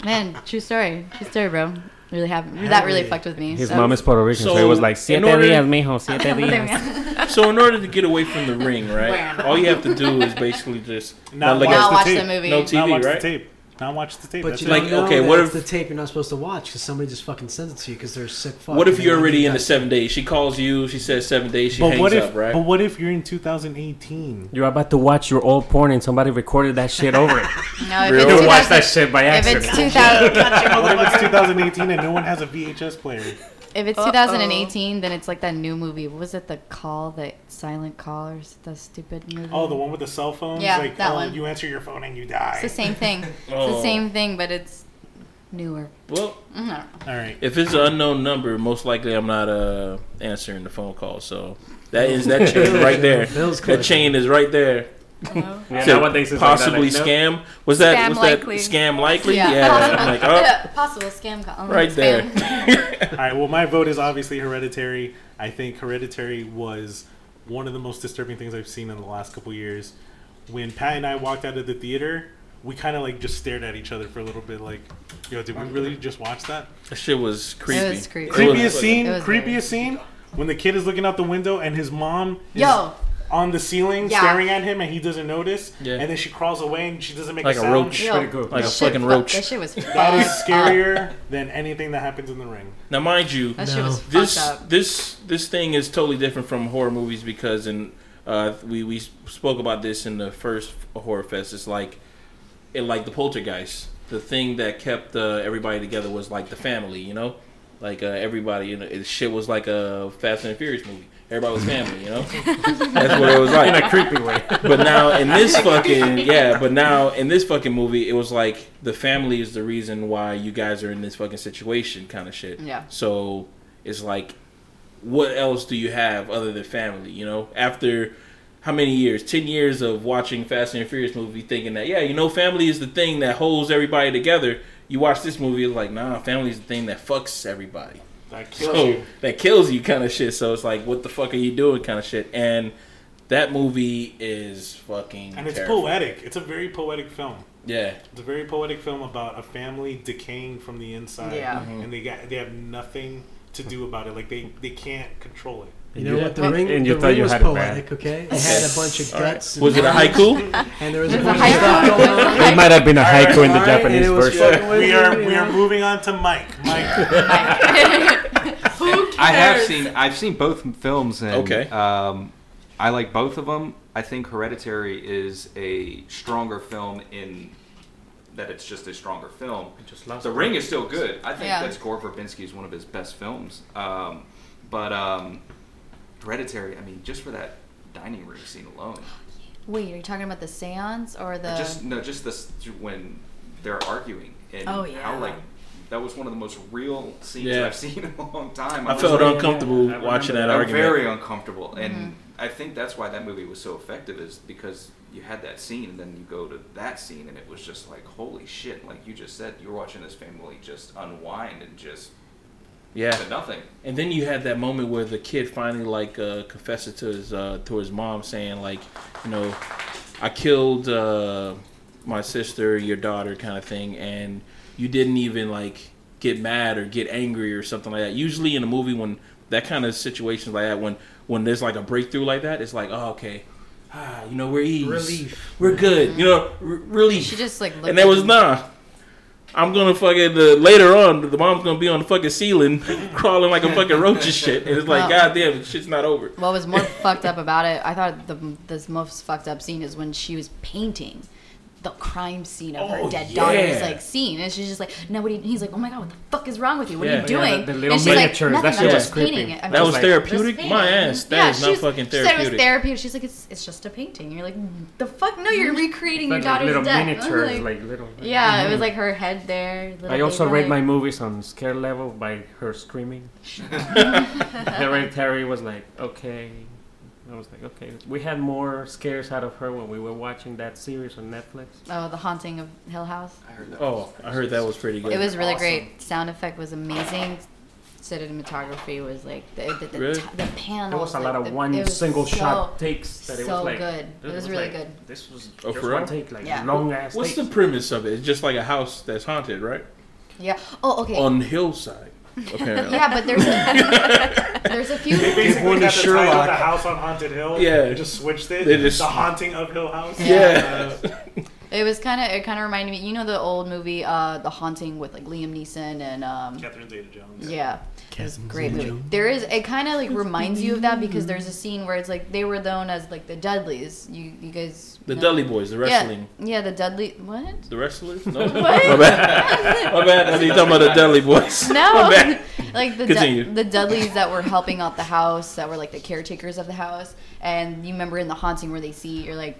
S5: bro. Man, true story. True story, bro. Really happened. That really fucked with me.
S4: His
S5: so-
S4: mom is Puerto Rican, so,
S7: so
S4: it was like
S7: in
S4: siete
S7: order-
S4: días, mijo, siete días.
S7: So in order to get away from the ring, right? all you have to do is basically just
S2: Not
S7: look
S2: watch
S7: at
S5: Now
S2: the
S5: watch the
S2: tape.
S5: movie.
S7: no
S2: Now watch
S7: TV,
S2: the
S7: right?
S2: tape. Now watch the tape.
S3: But
S2: That's
S3: you
S2: it.
S3: don't
S7: Like,
S3: know
S7: okay,
S3: that
S7: what
S3: it's
S7: if-
S3: the tape you're not supposed to watch because somebody just fucking sent it to you because they're a sick fuck.
S7: What if
S3: and
S7: you're
S3: they
S7: already
S3: did
S7: in the
S3: that.
S7: seven days? She calls you. She says seven days. She
S2: but
S7: hangs
S2: what if?
S7: up, right?
S2: But what if you're in 2018?
S4: You're about to watch your old porn and somebody recorded that shit over it.
S5: No, if
S7: Real-
S5: it's
S4: You watch
S5: 2000
S4: that shit by
S5: If
S4: accident.
S5: it's 2000,
S2: What if it's 2018 and no one has a VHS player?
S5: if it's 2018, then it's like that new movie. What was it? The Call, the Silent Call, or is it the stupid movie?
S2: Oh, the one with the cell phone.
S5: Yeah,
S2: like,
S5: that
S2: oh,
S5: one.
S2: You answer your phone and you die.
S5: It's the same thing. It's
S7: Oh.
S5: the same thing, but it's newer.
S7: well,
S5: Mm, I don't know.
S2: All right.
S7: if it's an unknown number, most likely I'm not uh, answering the phone call. So that is that chain right there.
S3: Bill's
S7: That
S3: collecting.
S7: chain is right there.
S6: No.
S4: Yeah,
S7: Said
S4: nowadays it's like that,
S7: possibly
S4: like, no.
S7: scam. Was that
S6: Scam
S7: was
S6: likely.
S7: that scam likely?
S5: Yeah.
S7: Yeah. I'm like, oh,
S5: Yeah, possible scam call.
S7: right there.
S2: All right. Well, my vote is obviously Hereditary. I think Hereditary was one of the most disturbing things I've seen in the last couple years. When Pat and I walked out of the theater, we kind of like just stared at each other for a little bit, like, "Yo, did we really just watch that?"
S7: that shit was creepy.
S5: was creepy. It
S2: Creepiest scene.
S5: It was
S2: Creepiest
S5: very-
S2: scene. When the kid is looking out the window and his mom is
S5: Yo.
S2: on the ceiling
S5: Yeah.
S2: staring at him and he doesn't notice.
S7: Yeah.
S2: And then she crawls away and she doesn't make
S7: Like
S2: a
S7: a
S2: sound.
S7: roach.
S5: Yo,
S4: Pretty cool.
S7: Like a
S5: that shit
S7: fucking
S5: fu-
S7: roach.
S5: That shit was
S2: That is
S5: fucked up.
S2: scarier than anything that happens in the ring.
S7: Now, mind you,
S5: That shit was fucked
S7: this
S5: up.
S7: this this thing is totally different from horror movies because in uh, we we spoke about this in the first horror fest. It's like it like the poltergeist. The thing that kept uh, everybody together was like the family, you know, like uh, everybody. You know, it, shit was like a Fast and Furious movie. Everybody was family, you know. That's what it was like
S4: in a creepy way.
S7: but now in this fucking yeah, but now in this fucking movie, it was like the family is the reason why you guys are in this fucking situation, kind of shit.
S5: Yeah.
S7: So it's like, what else do you have other than family? You know, after how many years? Ten years of watching Fast and Furious movie, thinking that yeah, you know, family is the thing that holds everybody together. You watch this movie, it's like nah, family is the thing that fucks everybody
S2: That kills
S7: so
S2: you.
S7: that kills you kind of shit. So it's like, what the fuck are you doing kind of shit. And that movie is fucking
S2: And it's
S7: terrifying.
S2: poetic. It's a very poetic film.
S7: Yeah,
S2: It's a very poetic film about a family decaying from the inside.
S5: Yeah.
S2: And they got they have nothing to do about it. Like they, they can't control it.
S3: You know
S4: Yeah.
S3: what? The ring,
S4: And you
S3: the
S4: thought
S3: ring
S4: you
S3: was
S4: had it bad.
S3: poetic, okay? It had a bunch of
S7: All right.
S3: guts.
S7: Was it a haiku?
S3: And, and there was a
S5: a
S3: bunch of
S5: haiku.
S3: stuff going on.
S4: It might have been a
S2: right,
S4: haiku in the
S3: All right, and
S4: Japanese
S3: it was
S4: version.
S3: fucking with
S2: We
S3: you,
S2: are
S3: you
S2: we
S3: know?
S2: are moving on to Mike. Mike,
S8: I have seen I've seen both films and
S7: Okay.
S8: um, I like both of them. I think Hereditary is a stronger film in that it's just a stronger film.
S4: just lost
S8: the
S4: it.
S8: Ring is still good. I think
S5: Yeah.
S8: that's Gore Verbinski is one of his best films. Um, but um, Hereditary, I mean, just for that dining room scene alone,
S5: Wait, are you talking about the seance or the?
S8: just no, just this when they're arguing and
S5: Oh, yeah.
S8: how like that was one of the most real scenes
S7: Yeah.
S8: I've seen in a long time.
S7: I
S8: was
S7: felt
S8: like-
S7: uncomfortable
S4: I remember
S7: watching that
S4: that.
S8: I'm
S7: argument.
S8: very uncomfortable, and I think that's why that movie was so effective is because you had that scene, and then you go to that scene, and it was just like, holy shit! Like you just said, you were watching this family just unwind and just
S7: yeah,
S8: to nothing.
S7: and then you had that moment where the kid finally like uh, confesses to his uh, to his mom, saying like, you know, I killed uh, my sister, your daughter, kind of thing, and you didn't even like get mad or get angry or something like that. Usually in a movie, when that kind of situation like that, when when there's like a breakthrough like that, it's like, oh okay, ah, you know, we're eased,
S3: Relief.
S7: we're good, you know, r- relief.
S5: she just like. Looked
S7: And there
S5: at
S7: was
S5: him.
S7: nah. I'm gonna fucking uh, later on. The mom's gonna be on the fucking ceiling, crawling like a fucking roach and shit. And it's like,
S5: Wow.
S7: goddamn, the shit's not over.
S5: What was more fucked up about it? I thought the the most fucked up scene is when she was painting the crime scene of
S7: Oh,
S5: her dead daughter's
S7: yeah.
S5: like scene, and she's just like, "No, what?" Are you, he's like, "Oh my god, what the fuck is wrong with you? What
S7: Yeah.
S5: are you doing?"
S4: Yeah, the- the little
S5: and she's like,
S4: miniatures, that
S5: "Nothing. I'm
S4: shit was
S5: just
S4: creepy.
S5: painting it." I'm
S7: That
S5: just
S7: was
S5: like,
S7: therapeutic?
S5: "Just
S7: My
S5: painting."
S7: ass, that
S5: yeah,
S7: is not
S5: she's-
S7: fucking
S5: She said it
S7: therapeutic.
S5: was therapeutic. She's like, "It's it's just a painting." And you're like, "The fuck? No, you're recreating your
S4: But like
S5: daughter's
S4: little
S5: death." I'm
S4: miniatures, like, little.
S5: yeah, it was like her head there. little
S4: I also
S5: baby
S4: rate my
S5: leg.
S4: movies on scare level by her screaming. Hereditary was like, okay. I was like, okay. We had more scares out of her when we were watching that series on Netflix.
S5: Oh, the haunting of Hill House.
S8: I heard that.
S7: Oh, I heard that was pretty good.
S5: It was really
S8: Awesome.
S5: great. Sound effect was amazing. Cinematography was like the the, the,
S7: Really?
S5: t- the panels.
S4: There was a
S5: like,
S4: lot of
S5: the-
S4: one
S5: it was
S4: single
S5: so-
S4: shot takes that it
S5: so
S4: was like
S5: good. It was really
S4: like,
S5: good.
S4: This was
S7: Oh,
S4: just
S7: for
S4: one
S7: real?
S4: take, like
S5: Yeah.
S4: long ass.
S7: What's the
S4: takes.
S7: premise of it? It's just like a house that's haunted, right?
S5: Yeah. Oh, okay.
S7: On hillside, apparently.
S5: yeah, but there's a, there's a few.
S2: they basically
S3: one
S2: got
S3: to
S2: the title of
S3: Sherlock.
S2: the House on Haunted Hill.
S7: Yeah.
S2: They just switched it.
S7: They just-
S2: the Haunting of Hill House.
S7: Yeah.
S2: Uh,
S5: It was kind of it kind of reminded me. You know the old movie, uh, The Haunting with like Liam Neeson and um.
S2: Catherine Zeta Jones.
S5: Yeah. It was a
S3: Catherine
S5: great movie.
S3: Zeta-Jones.
S5: There is it kind of like reminds you of that because there's a scene where it's like they were known as like the Dudleys. You you guys.
S7: The
S5: know-
S7: Dudley Boys, the wrestling,
S5: Yeah, yeah, the Dudley. What?
S7: the wrestlers. No, my
S5: What?
S7: bad. My bad. I think you're talking about the Dudley Boys. My
S5: No,
S7: bad.
S5: like the
S7: Continue.
S5: Dud- the Dudleys that were helping out the house, that were like the caretakers of the house, and you remember in the haunting where they see you're like,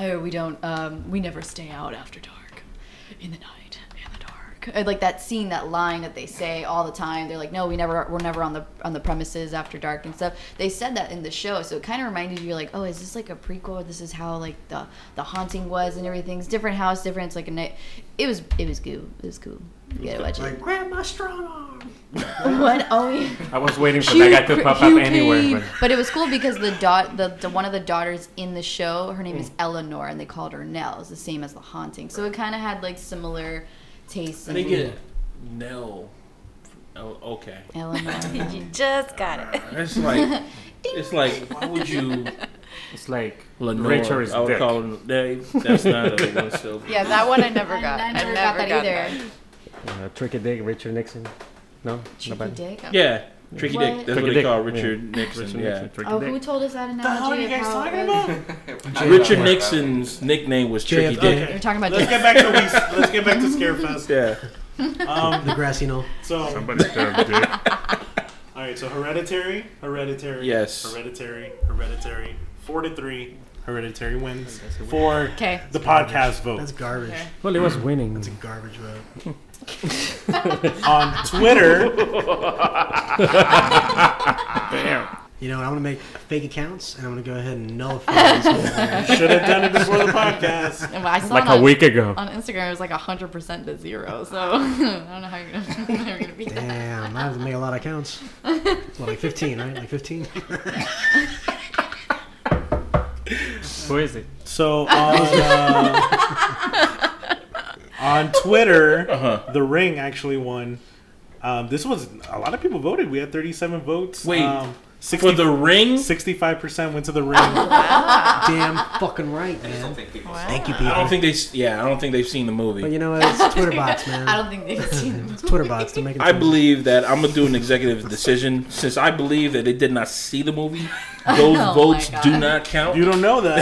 S5: oh, we don't, um, we never stay out after dark, in the night, in the dark. c- like that scene, that line that they say all the time. They're like, "No, we never, we're never on the on the premises after dark and stuff." They said that in the show, so it kind of reminded you, like, "Oh, is this like a prequel? This is how like the the haunting was and everything's different house, different. It's like a night. It was it was cool. It was cool. You gotta watch it.
S3: Like, grab my strong arm.
S5: what? Oh yeah.
S4: I was waiting for
S5: Hugh
S4: that guy to
S5: Cre-
S4: pop
S5: Hugh
S4: up anywhere.
S5: Creed. But it was cool because the dot, the, the one of the daughters in the show, her name is Eleanor, and they called her Nell. It's the same as the haunting, so it kind of had like similar tastes.
S7: I think
S5: in
S7: it. No. Oh, okay.
S5: Eleanor.
S9: You just got it.
S7: It's like it's like why would you
S4: But it's like
S7: Lenore?
S4: Richard is
S7: I would
S4: dick.
S7: call him. they- That's not a one syllable.
S6: Yeah, that one I never
S5: I,
S6: got.
S5: I never got that either.
S4: uh, Tricky Dick, Richard Nixon. No,
S5: Cheeky dick.
S7: Yeah, Tricky
S5: What?
S7: Dick. That's
S4: Tricky
S7: what they
S4: Dick,
S7: call
S4: yeah.
S7: Richard Nixon.
S4: Richard
S7: yeah.
S4: Nixon, Tricky
S5: Oh,
S4: Dick.
S5: who told us that analogy?
S2: the hell are you
S5: of
S2: guys
S5: how it
S2: talking
S5: was?
S2: about?
S7: Richard Nixon's nickname was Tricky
S3: JFK.
S7: Dick.
S5: We're talking about
S2: Let's get back to we, let's get back to Scarefest.
S7: Yeah.
S2: Um,
S3: The grassy knoll.
S2: so
S4: Somebody's got a dick.
S2: all right, so hereditary, hereditary,
S7: Yes.
S2: hereditary, hereditary, four to three, hereditary wins for
S5: Okay.
S2: the podcast
S3: That's
S2: vote
S3: garbage.
S5: Okay.
S4: Well, it was winning.
S3: It's a garbage vote.
S2: on Twitter.
S3: You know, what, I'm gonna make fake accounts and I'm gonna go ahead and nullify these whole thing.
S2: Should have done it before the podcast.
S5: And I saw
S4: Like
S5: it on,
S4: a week ago.
S5: on Instagram, it was like hundred percent to zero. So I don't know how you're gonna, how you're gonna beat that.
S3: Damn, I have to make a lot of accounts. Well, like 15, right? Like 15.
S4: Who is it?
S2: So on uh, on Twitter,
S7: Uh-huh.
S2: the ring actually won. Um, this was a lot of people voted. We had 37 votes.
S7: Wait,
S2: um,
S7: For the ring,
S2: 65 percent went to the ring.
S3: Damn fucking right,
S8: I
S3: man.
S8: don't think people
S3: Thank you,
S7: I don't
S3: people.
S7: think they. s- Yeah, I don't think they've seen the
S3: But
S7: movie.
S3: you know what? It's Twitter bots, man.
S5: I don't think they've seen
S3: It's Twitter bots to make it.
S7: I believe that I'm gonna do an executive decision since I believe that they did not see the movie. Those
S5: Oh my
S7: votes do
S5: God.
S7: not count.
S2: You don't know that.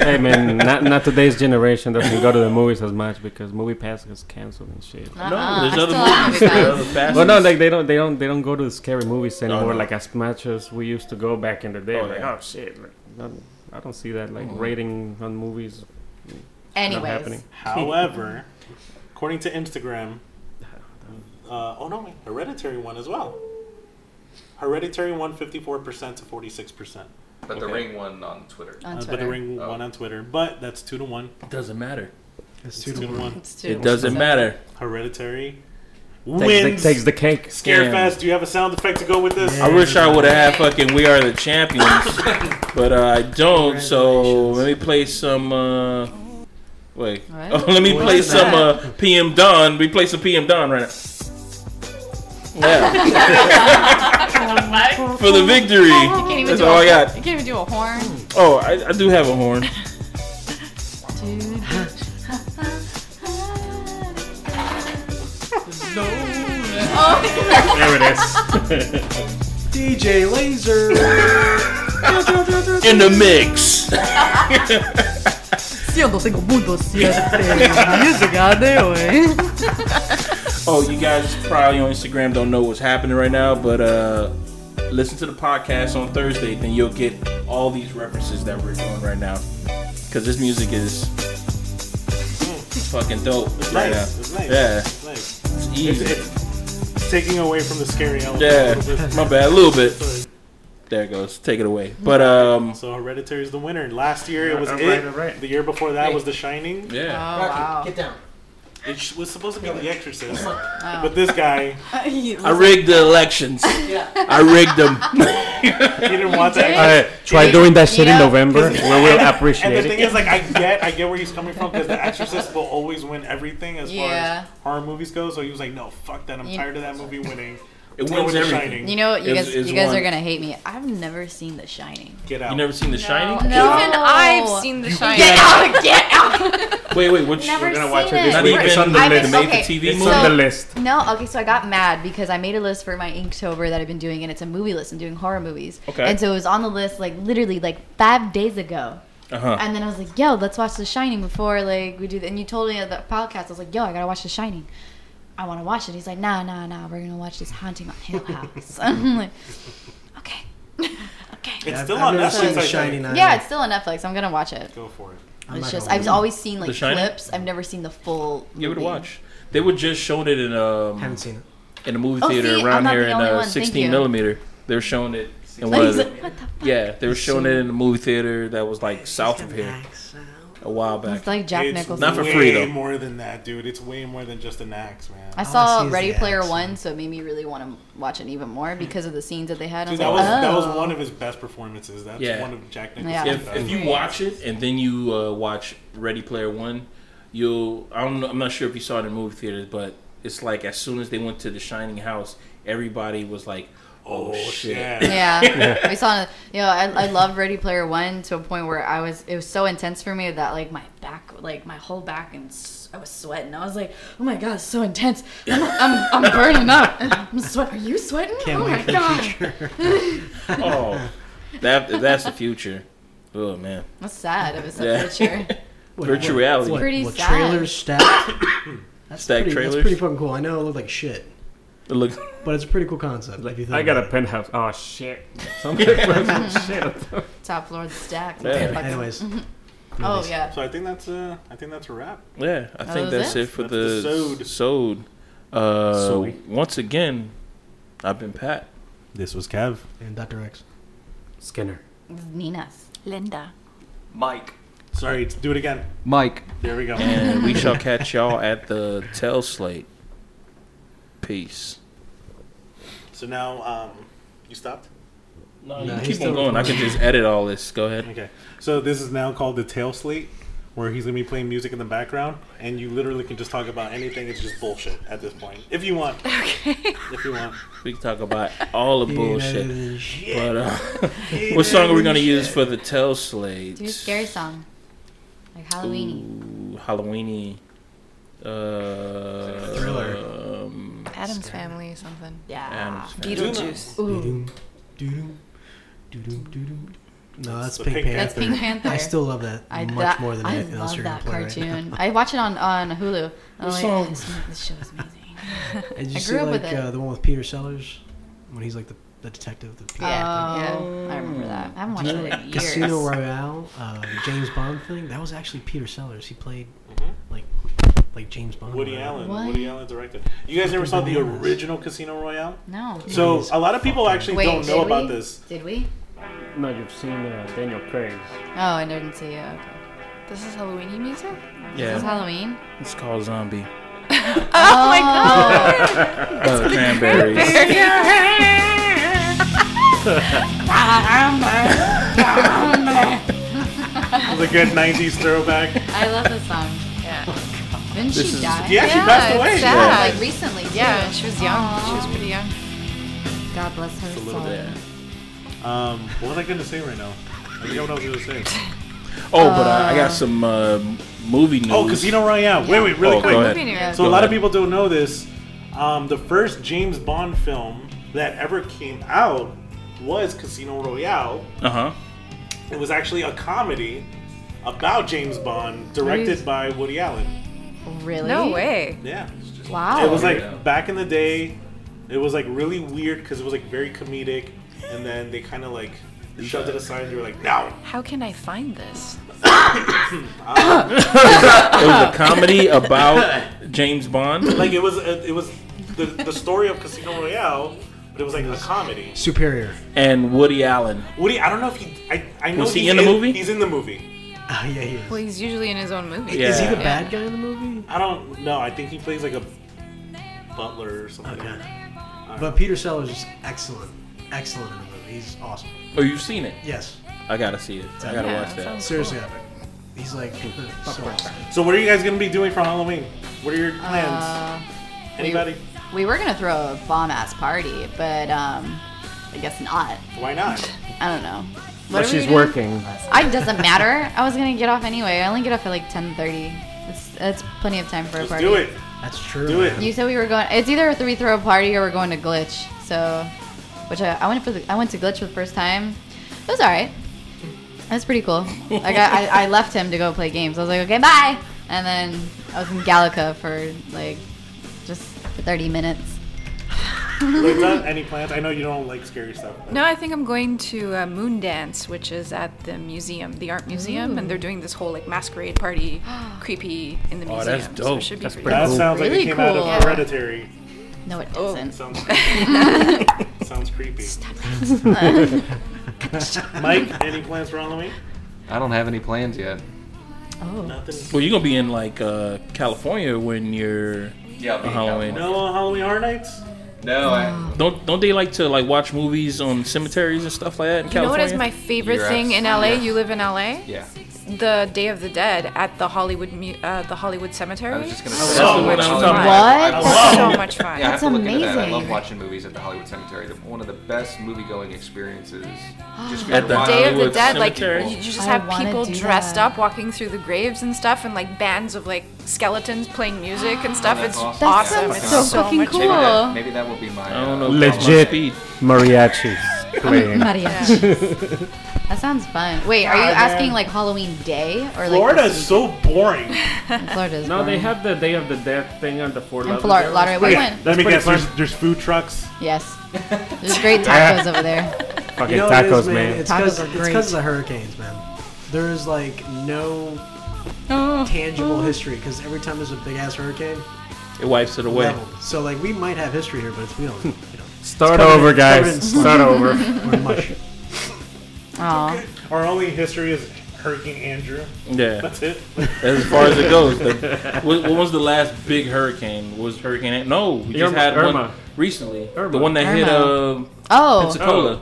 S4: hey man, not not today's generation doesn't go to the movies as much because movie pass is canceled and shit.
S7: no, there's
S5: Uh-uh. I
S7: other
S5: still have
S7: movies.
S5: it,
S7: There are
S5: guys.
S7: other passes.
S4: Well, no, like they don't, they don't, they don't go to the scary movies anymore
S7: no.
S4: like as much as we used to go back in the day.
S7: Oh,
S4: like,
S7: yeah.
S4: oh shit, like, none- I don't see that like rating on movies not
S5: Mm-hmm. Anyways.
S4: happening.
S2: However, according to Instagram, uh, oh no, wait, Hereditary won as well. Hereditary won 54% to 46%.
S8: But the
S7: Okay.
S8: ring one on Twitter.
S5: On
S2: Uh,
S5: Twitter.
S2: but the ring
S8: Oh.
S2: won on Twitter. But that's two to one.
S7: It doesn't matter.
S3: It's
S2: Two to one.
S5: It's
S7: It
S5: two.
S7: doesn't matter.
S2: Hereditary
S4: Takes
S2: wins.
S4: the, takes the cake.
S2: Scarefest, do you have a sound effect to go with this?
S7: I wish I would have had fucking "We Are the Champions," but uh, I don't. So let me play some. Uh, wait,
S5: What?
S7: let me play
S5: is
S7: some uh,
S5: that?
S7: PM Don. We play some PM Don right now. Yeah, for the victory.
S5: You can't even
S7: That's
S5: do
S7: all
S5: a,
S7: I got.
S5: You can't even do a horn.
S7: Oh, I, I do have a horn.
S4: There it is.
S3: DJ Laser.
S7: In the mix. Oh, you guys probably on Instagram don't know what's happening right now, but uh, listen to the podcast on Thursday, then you'll get all these references that we're doing right now. Because this music is fucking dope right
S2: Nice. It's
S7: now.
S2: nice.
S7: Yeah,
S2: It's nice.
S7: it's easy.
S2: taking away from the scary element.
S7: Yeah,
S2: a little bit.
S7: my bad, a little bit. There it goes. Take it away. But um,
S2: So Hereditary is the winner. Last year it was
S4: All right,
S2: it.
S4: all right.
S2: The year before that was The Shining.
S7: yeah,
S4: Oh,
S5: wow.
S3: Get down.
S2: It sh- was supposed to be The Exorcist,
S4: Oh.
S2: but this guy
S7: I rigged the elections. I rigged them.
S2: he didn't want that.
S4: Alright, try doing that shit
S5: Yeah.
S4: in November. We will
S2: And the
S4: appreciate
S2: thing
S4: it.
S2: is, like, I get, I get where he's coming from because The Exorcist will always win everything as far
S5: Yeah.
S2: as horror movies go. So he was like, "No, fuck that. I'm
S5: You-
S2: tired of that movie winning.
S7: It
S2: Go
S7: wins
S2: with The
S7: everything.
S2: Shining.
S5: You know what? You
S7: Is-
S5: guys,
S7: is
S5: you guys
S7: one.
S5: are gonna hate me. I've never seen The Shining.
S2: Get out.
S7: You never seen The Shining?
S5: No.
S6: Even I've seen The Shining.
S5: Get out! Get out!
S7: Wait, wait, what?
S5: Never
S4: We're gonna
S5: seen
S4: watch it
S5: it.
S4: this
S7: Not
S4: week.
S7: even
S4: It's on the
S5: I've
S7: the
S5: been-
S4: list.
S7: made
S5: okay,
S7: for TV
S4: It's
S7: movie.
S4: on the
S5: So-
S4: list.
S5: No, okay, so I got mad because I made a list for my Inktober that I've been doing, and it's a movie list. I'm doing horror movies.
S7: Okay.
S5: And so it was on the list like literally like five days ago.
S7: Uh-huh.
S5: And then I was like, yo, let's watch The Shining before like we do that. And you told me at the podcast, I was like, yo, I gotta watch The Shining. I wanna watch it. He's like, nah, nah, nah, we're gonna watch this Haunting on Hill House. I'm like, okay. okay.
S2: It's
S3: I've-
S2: still
S3: I've
S2: on
S3: never
S2: Netflix.
S3: seen
S2: I
S3: The Shining
S2: think.
S3: either.
S5: Yeah, it's still on Netflix. I'm gonna watch it.
S2: Go for it.
S3: Uh, I'm
S5: It's
S3: not
S5: just
S3: gonna
S5: I've
S3: lie.
S5: always seen like
S7: The Shining?
S5: clips. I've never seen the full. Movie.
S7: Give it a watch. They were just showing it in um
S3: haven't seen it.
S7: in a movie
S5: Oh,
S7: theater
S5: see, I'm
S7: around
S5: not
S7: here
S5: the
S7: in
S5: only
S7: uh,
S5: one. Thank
S7: 16
S5: you.
S7: millimeter. They were showing it in
S5: Like,
S7: one
S5: he's
S7: of
S5: like,
S7: the,
S5: what the fuck?
S7: yeah they were showing it in a movie theater that was like south of here a while back.
S5: It's like Jack
S2: It's
S5: Nicholson.
S7: Not for
S2: way
S7: free, though.
S2: more than that, dude. It's way more than just an axe, man.
S3: All
S5: I
S3: I
S5: saw
S3: see is
S5: Ready
S3: the
S5: Player
S3: axe.
S5: One, so it made me really want to watch it even more because of the scenes that they had. I
S2: Dude,
S5: was
S2: that was
S5: like,
S2: that
S5: oh.
S2: was one of his best performances. That's
S7: Yeah.
S2: one of Jack
S5: Yeah.
S2: Nicholson's
S7: If,
S2: best.
S7: if you watch it and then you uh, watch Ready Player One, you'll I don't know, I'm not sure if you saw it in movie theaters, but it's like as soon as they went to the Shining house, everybody was like, "Oh,
S2: oh
S7: shit!"
S2: shit.
S5: Yeah, we saw. You know, I, I love Ready Player One to a point where I was. It was so intense for me that like my back, like my whole back, and s- I was sweating. I was like, "Oh my god, it's so intense! I'm, I'm, I'm burning up. I'm sweating. Are you sweating?
S3: Can't
S5: oh
S3: wait
S5: my
S3: for the
S5: god,
S3: future.
S7: Oh, that that's the future. Oh man,
S5: that's sad. It was a
S7: Yeah.
S5: picture.
S3: What-
S7: Virtual reality.
S3: What,
S5: Pretty
S3: what
S5: sad.
S3: trailers stacked? That's
S7: Stacked
S3: pretty,
S7: trailers?
S3: That's pretty fucking cool. I know it looked like shit,
S7: it looks
S3: but it's a pretty cool concept. if you think
S4: I got a
S3: about it.
S4: penthouse. Oh shit! Something shit.
S5: Top floor of the stack.
S7: Yeah.
S5: Fucking-
S3: Anyways,
S5: Oh yeah.
S2: So I think that's uh, I think that's a wrap.
S7: yeah. I think
S5: was
S7: that's
S5: it?
S7: it for
S2: That's
S7: the
S2: the
S7: sode. Uh,
S4: Soy.
S7: once again, I've been Pat.
S2: This was Kev.
S3: and Dr. X.
S4: Skinner.
S5: Nina's.
S6: Linda.
S8: Mike.
S2: Sorry, do it again.
S8: Mike.
S2: There we go.
S7: and we shall catch y'all at the tail slate. Peace.
S2: So now um, you stopped.
S7: No,
S3: Nah,
S7: you
S3: he's
S7: keep on
S3: still
S7: going. I can
S3: recording.
S7: just edit all this. Go ahead.
S2: Okay. So this is now called the tail slate, where he's gonna be playing music in the background, and you literally can just talk about anything. It's just bullshit at this point, if you want. Okay. If you want.
S7: We can talk about all the bullshit.
S3: Shit.
S7: But uh, what song are we gonna use for the tail slate?
S5: Do a scary song, like Halloweeny.
S7: Ooh, Halloweeny. Uh,
S3: Thriller.
S7: Um,
S6: Adam's family, something.
S5: Yeah.
S7: Adam's Family.
S6: Beetlejuice.
S5: Ooh,
S3: Doo-doom, doo-doom, doo-doom, doo-doom. No, that's
S2: That's the
S3: Pink
S2: Pink
S3: Panther.
S5: that's Pink Panther.
S3: I still love that
S5: I
S3: much
S5: that-
S3: more than
S5: I
S3: anything else
S5: love
S3: you're gonna
S5: that
S3: play right
S5: cartoon. I watch it on on Hulu. I'm
S7: What
S5: like,
S7: song?
S5: This, this show is amazing.
S3: now. And did you
S5: I
S3: see
S5: grew up
S3: like
S5: with it.
S3: uh, the one with Peter Sellers when he's like the, the detective, the Peter
S5: Yeah,
S6: Yeah.
S5: I remember that. I haven't watched it in years.
S3: Casino Royale, uh, James Bond thing. That was actually Peter Sellers. He played
S2: Mhm.
S3: like like James Bond.
S2: Woody
S3: or
S2: Allen.
S5: What?
S2: Woody Allen directed. You guys never saw the original Casino Royale?
S5: No.
S2: So a lot of people actually
S5: Wait,
S2: don't know
S5: did
S2: about
S5: we?
S2: this.
S5: Did we?
S4: No, you've seen uh, Daniel Craig's.
S5: Oh, I didn't see it. Okay.
S6: This is Halloweeny music?
S5: This
S7: Yeah,
S5: is Halloween.
S7: it's called Zombie.
S6: Oh, my god!
S7: By the Cranberries.
S2: It was a good '90s throwback.
S5: I love this song. Yeah. Didn't
S7: This
S5: she
S7: is-
S5: die?
S2: Yeah, she
S6: Yeah,
S2: passed
S6: it's
S2: away.
S6: sad.
S5: Like
S6: Yeah.
S5: recently. Too.
S6: Yeah, she was young. She was pretty young.
S5: God bless her
S7: A little
S5: soul.
S7: bit.
S2: Um, what was I gonna say right now? I forgot what I was gonna say.
S7: Oh, but I, I
S6: Um,
S7: got some uh, movie news.
S2: Oh, Casino Royale. Wait, wait, really
S7: Oh,
S2: quick.
S7: go ahead.
S6: Movie news.
S2: So
S7: Go
S2: a lot
S7: ahead.
S2: of people don't know this. Um, the first James Bond film that ever came out was Casino Royale.
S7: Uh huh.
S2: It was actually a comedy about James Bond, directed by Woody Allen.
S5: Really?
S6: No way.
S2: Yeah,
S5: Wow.
S2: it was like back in the day. It was like really weird because it was like very comedic, and then they kind of like shoved it aside. and They were like, "No,
S6: How can I find this?
S7: It was a comedy about James Bond.
S2: like it was it, it was the, the story of Casino Royale, but it was like a comedy."
S3: Superior.
S7: and Woody Allen.
S2: Woody, I don't know if he. I, I know
S7: Was he
S2: he's
S7: in the movie?
S2: He's in the movie.
S3: Ah, yeah, he is.
S6: Well, he's usually in his own movie.
S7: Yeah.
S3: Is he the
S6: Yeah.
S3: bad guy in the movie?
S2: I don't know. I think he plays like a butler or something.
S3: Okay. But Peter Sellers is excellent, excellent in the movie. He's awesome.
S7: Oh, you've seen it?
S3: Yes,
S7: I gotta see it. I gotta
S6: Yeah,
S7: watch that.
S6: sounds
S3: seriously epic. He's like so awesome.
S2: So what are you guys gonna be doing for Halloween? What are your
S5: Uh,
S2: plans? Anybody?
S5: we were gonna throw a bomb ass party, but um, I guess not.
S2: Why not?
S5: I don't know.
S4: But
S5: are we
S4: she's
S5: doing?
S4: working.
S5: I doesn't matter. I was gonna get off anyway. I only get off at like ten thirty. That's that's plenty of time for a
S2: Let's
S5: party.
S2: do it.
S3: That's true.
S2: Do it.
S3: man.
S5: You said we were going. It's either a three throw party or we're going to glitch. So, which I, I went for the I went to glitch for the first time. It was all right. It was pretty cool. Like I, I, I left him to go play games. I was like, okay, bye. And then I was in Gallica for like just thirty minutes.
S2: There's not any plans. I know you don't like scary stuff. but-
S6: No, I think I'm going to uh, Moon Dance, which is at the museum, the art museum, and they're doing this whole like masquerade
S5: Oh,
S6: party, creepy in the museum.
S7: Oh, that's
S6: So it
S7: dope.
S6: should be
S4: That's
S6: pretty
S4: pretty
S2: That
S4: cool.
S2: sounds like
S5: Really
S2: it came out
S5: cool.
S2: of Hereditary.
S5: No, it doesn't.
S2: Sounds sounds creepy. Mike, any plans for Halloween?
S8: I don't have any plans yet.
S5: Oh.
S2: Nothing.
S7: Well, you're gonna be in like uh, California when you're.
S8: Yeah, I'll be in
S7: Halloween.
S8: California.
S2: No uh, Halloween Horror Nights.
S8: No, I,
S7: Don't don't they like to like watch movies on cemeteries and stuff like that in
S6: You know what
S7: California?
S6: is my favorite
S8: You're
S6: thing in LA?
S8: absolutely-
S6: You live in LA?
S8: yeah.
S6: The Day of the Dead at the Hollywood mu- uh, the Hollywood Cemetery.
S8: I was just gonna.
S6: so
S8: say
S7: Oh,
S6: much
S7: that's
S6: fun.
S7: what I'm talking
S8: about.
S5: What?
S6: That's so
S2: Wow.
S6: much fun.
S8: Yeah, I have
S5: That's
S8: to look into that. I love
S5: amazing.
S8: watching movies at the Hollywood Cemetery. The- One of the best movie-going experiences. Just
S7: At the
S8: watch-
S6: Day of the
S7: Hollywood
S6: Dead, like you,
S7: Cemetery.
S6: you just
S5: I
S6: have
S5: wanna
S6: people
S5: do
S6: dressed
S5: that.
S6: up walking through the graves and stuff, and like bands of like skeletons playing music and stuff.
S8: That's
S6: It's
S8: awesome.
S6: awesome.
S8: That sounds
S6: It's
S8: so
S5: fucking
S6: much
S8: Maybe
S6: fun.
S5: Cool.
S8: that, maybe that will be my.
S7: I don't know.
S8: uh,
S7: if that's my
S4: Legit.
S7: speed.
S4: Mariachis playing.
S5: Mariachi. that sounds fun. Wait, are you asking like Halloween day or like
S2: Florida
S5: this
S2: is so boring.
S5: week? Florida is
S4: No, they
S5: boring.
S4: have the Day of the Death thing on the Fort
S5: in
S4: Lauderdale.
S5: Florida. Lottery. We went.
S2: Let me
S4: pretty
S2: guess. There's, there's food trucks.
S5: Yes. There's great tacos over there.
S4: Fucking
S3: You know what it
S4: tacos,
S3: is,
S4: man.
S3: It's
S5: Tacos
S3: because
S5: are
S3: it's
S5: great.
S3: 'cause of the hurricanes, man. There's like no tangible history because every time there's a big ass hurricane,
S7: It wipes it away.
S3: leveled. So like we might have history here, but it's we don't. You
S4: Start
S3: covered in-
S4: over,
S3: covered in
S4: guys.
S3: slime.
S4: Start over.
S3: know, we're mush.
S5: Aw.
S2: Our only history is Hurricane Andrew.
S7: Yeah,
S2: That's it.
S7: as far as it goes. The, what, what was the last big hurricane? Was Hurricane? An- No, we just
S4: Irma-
S7: had one
S4: Irma.
S7: recently.
S4: Irma.
S7: The one that hit uh,
S5: Irma. Oh.
S7: Pensacola.
S5: I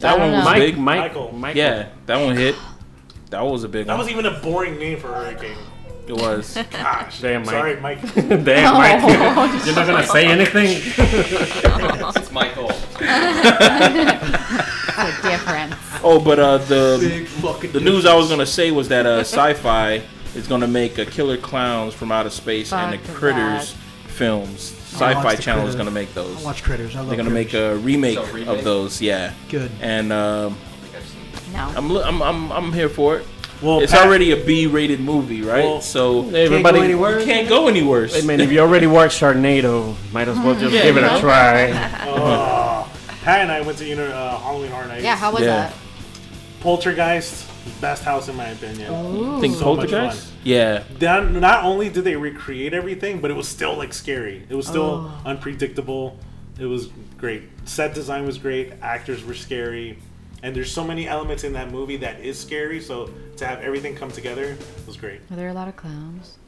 S7: That
S5: don't
S7: one was
S5: know.
S4: Mike,
S7: big.
S4: Mike,
S2: Michael.
S4: Michael.
S7: Yeah, that one hit. That was a big
S2: That
S7: one.
S2: was even a boring name for a hurricane.
S7: It was.
S2: Gosh.
S4: Damn, Mike.
S2: Sorry, Mike.
S5: Oh.
S4: Damn, Mike. You're not gonna say anything.
S8: It's Michael.
S5: It's a difference.
S7: Oh, but uh, the
S3: Big fucking.
S7: the news I was gonna say was that uh, Sci-Fi is gonna make a Killer Clowns from Outer Space and
S5: Fuck
S7: the Critters films.
S3: I watched
S7: Sci-fi
S3: the
S7: Channel is
S3: Critters.
S7: gonna make those.
S3: I watch critters. I love
S7: They're gonna make a remake,
S8: So, remake?
S7: of those. Yeah.
S3: Good.
S7: And um,
S5: No.
S7: I'm, li- I'm I'm I'm here for it.
S2: Well,
S7: it's
S2: Pat-
S7: already a B-rated movie, right?
S2: Well,
S7: so
S4: Hey, everybody,
S3: go anywhere.
S7: it can't go any worse.
S4: Hey, man, if you already watched Sharknado, might as well just
S7: Yeah,
S4: give it
S7: you know.
S4: a try.
S2: Oh. Pat and I went to you know, uh, Halloween Horror Nights.
S5: Yeah. How was
S7: Yeah.
S2: Poltergeist, best house in my opinion.
S5: that? Ooh.
S7: Think
S2: So much
S7: Poltergeist? Yeah.
S2: That, not only did they recreate everything, but it was still like scary. It was still unpredictable. It was great. Set design was great. Actors were scary. And there's so many elements in that movie that is scary. So to have everything come together was great.
S5: Were there a lot of clowns?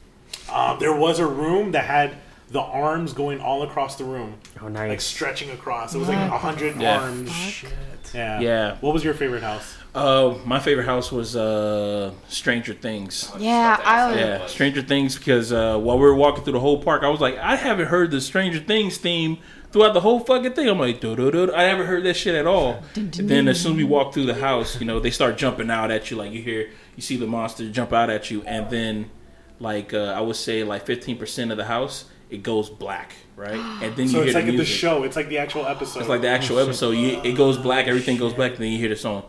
S2: Um, there was a room that had the arms going all across the room,
S4: Oh,
S2: like
S4: nice.
S2: stretching across. It was like a hundred
S7: Yeah.
S2: arms. Yeah.
S7: Yeah.
S2: What was your favorite house?
S7: Uh, my favorite house was uh, Stranger Things.
S5: Yeah, I was.
S7: Yeah, Stranger Things because uh, while we were walking through the whole park, I was like, I haven't heard the Stranger Things theme throughout the whole fucking thing. I'm like, do do do. I haven't heard that shit at all. And then as soon as we walk through the house, you know, they start jumping out at you. Like you hear, you see the monster jump out at you, and then like uh, I would say, like 15 percent of the house it goes black, right? And then
S2: So
S7: you hear
S2: it's like
S7: the
S2: the
S7: music.
S2: show. It's like the actual episode.
S7: It's like the actual episode. You, it goes black, everything goes black, and then you hear the song.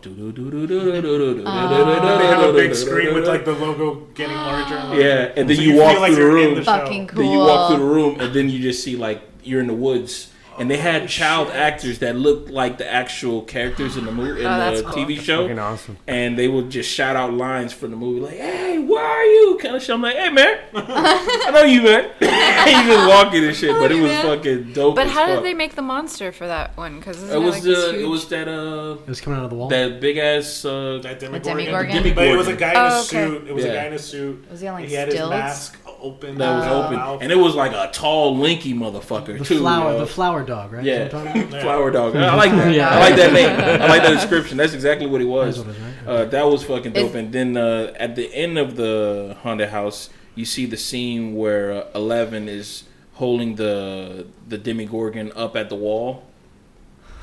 S2: they have a big
S7: Big
S2: screen with like the logo getting larger. and larger.
S7: yeah, and then
S2: So
S7: you,
S2: you
S7: walk
S2: feel like
S7: through the
S2: you're in
S7: room.
S2: the show.
S5: Fucking cool.
S7: Then you walk through the room, and then you just see like you're in the woods, and they had
S6: Oh,
S7: child actors that looked like the actual characters in the movie in
S6: Oh, that's
S7: the
S6: cool.
S7: TV
S4: Fucking
S7: show,
S4: awesome.
S7: and they would just shout out lines from the movie like, "Hey, where are you?" kind of shit. I'm like, "Hey, man, I know you, man." you just walking and shit, but it was fucking dope.
S6: But
S7: as
S6: how did
S7: fuck.
S6: they make the monster for that one? Because
S7: It was the it was that uh
S3: It was coming out of the wall.
S7: that big ass uh
S2: That
S5: Demogorgon?
S2: Demogorgon. But it was a guy in a
S6: Oh, okay.
S2: suit. It was
S7: Yeah.
S2: a guy in a suit.
S5: Was he on, like,
S2: he had
S5: stilts?
S2: his mask open.
S7: that was
S2: his
S7: open,
S2: mouth.
S7: and it was like a tall, lanky motherfucker
S3: Uh, the
S7: too. uh,
S3: flower,
S7: yo.
S3: the flower dog, right?
S7: Yeah.
S3: That's what I'm talking about?
S7: Flower dog. I like that.
S4: Yeah.
S7: I like that name. I like that description. That's exactly what it was.
S3: That's what it is, right?
S7: Uh, that was fucking dope.
S5: Is-
S7: and then uh, at the end of the haunted house, you see the scene where uh, Eleven is holding the the Demigorgon up at the wall,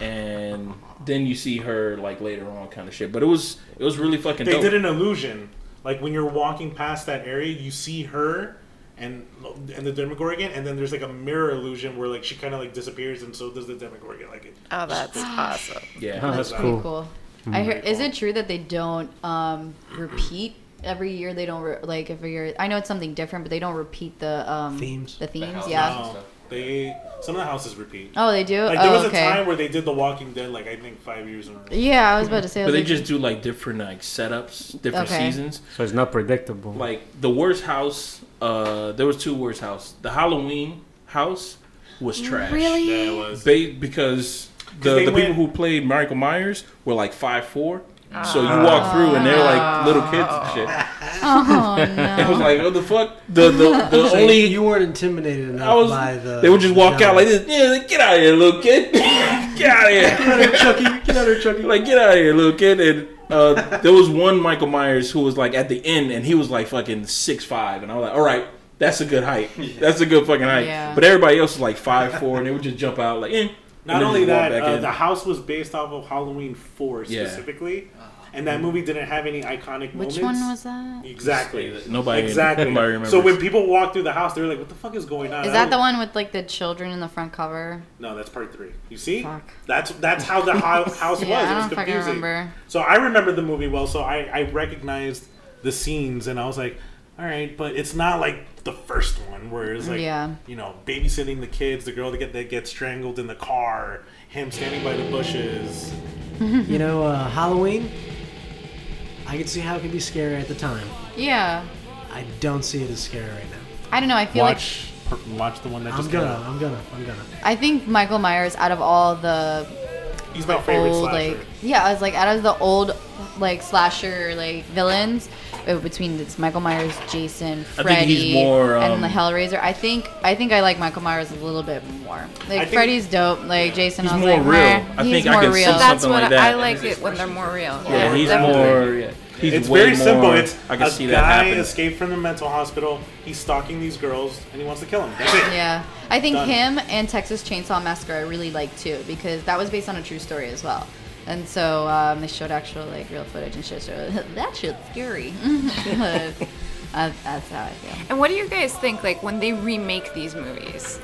S7: and then you see her like later on, kind of shit. But it was it was really fucking
S2: They
S7: dope.
S2: did an illusion. Like when you're walking past that area, you see her and and the Demogorgon, and then there's like a mirror illusion where like she kind of like disappears, and so does the Demogorgon. Like it,
S6: Oh, that's awesome.
S7: yeah.
S4: Oh, that's
S2: That's
S4: cool. Mm.
S5: Cool. I hear. Is it true that they don't um, repeat every year? They don't re- like every year. I know it's something different, but they don't repeat the um,
S3: Themes.
S5: The themes,
S8: house
S5: yeah.
S8: and stuff.
S2: um, They some of the houses repeat.
S5: Oh, they do.
S2: Like there was
S5: oh,
S2: a
S5: okay.
S2: time where they did The Walking Dead, like I think five years in a row.
S5: yeah, I was about to say. I
S7: But
S5: was
S7: they
S5: like-
S7: just do like different like setups, different
S5: Okay.
S7: seasons.
S4: So it's not predictable.
S7: Like the worst house, uh, there was two worst house. The Halloween house was trash.
S5: really.
S2: Yeah, it was.
S7: Ba- because the,
S2: they
S7: the people
S2: went-
S7: who played Michael Myers were like five four. So you walk through and they're like little kids and shit.
S5: Oh
S7: I was
S5: no.
S7: like, what the fuck? The the, the
S3: So
S7: only
S3: you weren't intimidated enough
S7: I was
S3: by the.
S7: they would just walk out
S3: genre.
S7: like this. Yeah, like, get out of here, little kid. get out of here.
S3: Get out of here, Chucky. Get out of here, Chucky.
S7: like get out of here, little kid. And uh, there was one Michael Myers who was like at the end, and he was like fucking six five, and I was like, all right, that's a good height. That's a good fucking height.
S5: Yeah.
S7: But everybody else was like five four, and they would just jump out like, eh. and
S2: Not
S7: then
S2: only
S7: just walk
S2: that,
S7: back
S2: uh,
S7: in.
S2: the house was based off of Halloween Four
S7: Yeah.
S2: specifically, and that movie didn't have any iconic moments.
S5: Which one was that?
S2: exactly
S7: nobody
S2: exactly?
S7: nobody remembers.
S2: So when people walk through the house, they're like, "What the fuck is going on?"
S5: Is
S2: I
S5: that
S2: don't-
S5: the one with like the children in the front cover?
S2: No, that's part three. You see,
S5: Fuck.
S2: that's that's how the ho- house
S5: Yeah,
S2: was.
S5: I
S2: It was
S5: don't fucking
S2: confusing.
S5: remember.
S2: So I remember the movie well. So I, I recognized the scenes, and I was like, "All right," but it's not like the first one where it's like,
S5: Yeah.
S2: you know, babysitting the kids, the girl that get that gets strangled in the car, him standing by the bushes.
S3: You know, uh, Halloween. I can see how it can be scary at the time.
S5: Yeah.
S3: I don't see it as scary right now.
S5: I don't know. I feel like
S2: Watch per- watch the one that
S3: I'm
S2: just
S3: gonna,
S2: came out.
S3: I'm gonna, I'm gonna.
S5: I think Michael Myers out of all the
S2: He's my favorite
S5: old
S2: slasher.
S5: like yeah, I was like out of the old like slasher like villains uh, between it's Michael Myers, Jason,
S7: he's
S5: Freddy,
S7: more, um,
S5: and the Hellraiser. I think I think I like Michael Myers a little bit more. Like
S2: think-
S5: Freddy's dope. Like Jason,
S7: He's
S5: I was
S7: more
S5: like,
S7: real.
S5: meh,
S7: I
S5: he's
S7: think I
S5: more
S7: can see
S5: real.
S7: some-
S6: That's
S7: something
S6: what
S7: like that.
S6: I like it when they're more real.
S7: yeah, he's
S6: definitely.
S7: more. Yeah, he's
S2: It's
S7: way
S2: very simple.
S7: more-
S2: It's
S7: I can
S2: a
S7: see that
S2: guy
S7: happen.
S2: escaped from the mental hospital. He's stalking these girls, and he wants to kill them. That's it.
S5: Yeah, I think
S2: Done.
S5: him and Texas Chainsaw Massacre I really like too because that was based on a true story as well, and so um, they showed actual like real footage and shit. So that shit's scary. Uh, that's how I feel.
S6: And what do you guys think, like, when they remake these movies?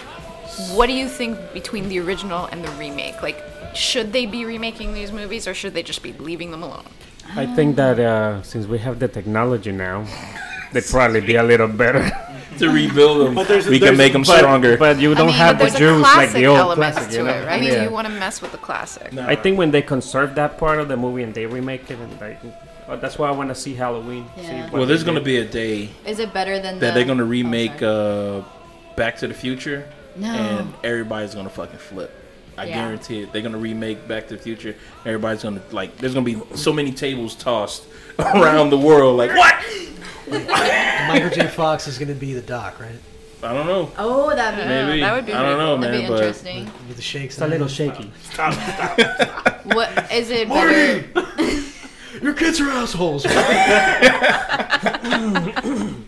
S6: What do you think between the original and the remake? Like, should they be remaking these movies or should they just be leaving them alone?
S4: I think that uh, since we have the technology now, they'd probably be a little better.
S7: to rebuild them.
S2: But there's-
S7: we can
S2: there's-
S7: make them
S2: but-
S7: stronger.
S4: but you don't
S6: I mean,
S4: have
S6: but
S4: the
S6: there's a
S4: juice like
S6: classic
S4: the old
S6: elements
S4: classic,
S6: to
S4: you know?
S6: it, right?
S4: Yeah.
S6: Do you want to mess with the classic?
S4: I think when they conserve that part of the movie and they remake it, and like, oh, that's why I want to see Halloween. see
S5: Yeah.
S4: what
S7: well, there's
S4: they
S7: gonna
S4: did.
S7: be a day
S5: Is it better than
S7: that
S5: the-
S7: they're gonna
S5: oh,
S7: remake
S5: sorry.
S7: uh, Back to the Future,
S5: No.
S7: and everybody's gonna fucking flip. I
S5: Yeah.
S7: guarantee it. They're gonna remake Back to the Future. Everybody's gonna like. There's gonna be so many tables tossed around the world. Like what?
S3: Michael J. Fox is gonna be the doc, right?
S7: I don't know.
S5: Oh, that'd be
S7: Maybe.
S6: that would be
S7: I don't
S6: pretty
S7: know,
S5: that'd
S7: man.
S5: be
S7: But
S5: interesting.
S3: With the shakes.
S4: It's a little shaky.
S2: Stop, stop.
S5: what is it better?
S3: Marty, your kids are assholes.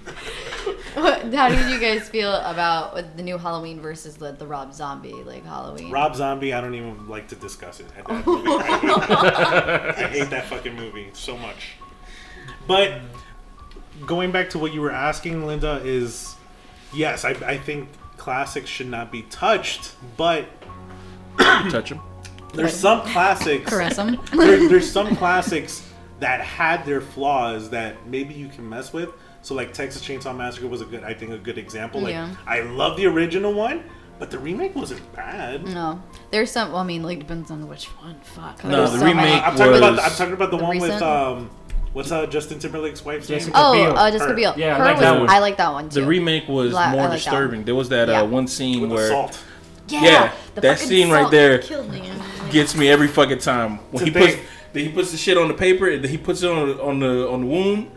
S5: What, how did you guys feel about the new Halloween versus the, the Rob Zombie like Halloween?
S2: Rob Zombie, I don't even like to discuss it. I, that movie- I hate- I hate that fucking movie so much. But going back to what you were asking, Linda, is yes, I, I think classics should not be touched, but
S7: touch them.
S2: there's some classics.
S5: Caress him.
S2: there, there's some classics that had their flaws that maybe you can mess with. So like Texas Chainsaw Massacre was a good, I think, a good example. Like
S5: Yeah.
S2: I love the original one, but the remake wasn't bad.
S5: No, there's some. Well, I mean, like depends on which one. Fuck.
S7: No,
S5: there's
S7: the
S5: so many.
S7: remake-
S2: I'm talking about
S7: was-
S2: the, I'm talking about the,
S5: The
S2: one with
S5: recent-
S2: um, what's uh Justin Timberlake's wife's
S4: Jessica-
S2: name?
S5: Oh,
S4: Biel.
S5: uh, Jessica
S2: Her.
S5: Biel.
S4: Yeah, I
S5: Her
S4: like that
S5: was-
S4: one.
S5: I like that one too.
S7: The remake was
S5: Li- I
S7: more
S5: like that
S7: disturbing.
S5: one.
S7: There was that
S5: Yeah.
S7: uh, one scene
S2: With
S7: where
S2: assault.
S7: yeah, that
S5: fucking
S7: scene right
S5: salt
S7: there
S5: Killed me. I'm like,
S7: gets me every fucking time when
S2: It's
S7: he
S2: a
S7: puts
S2: thing.
S7: then he puts the shit on the paper and then he puts it on on the on the wound.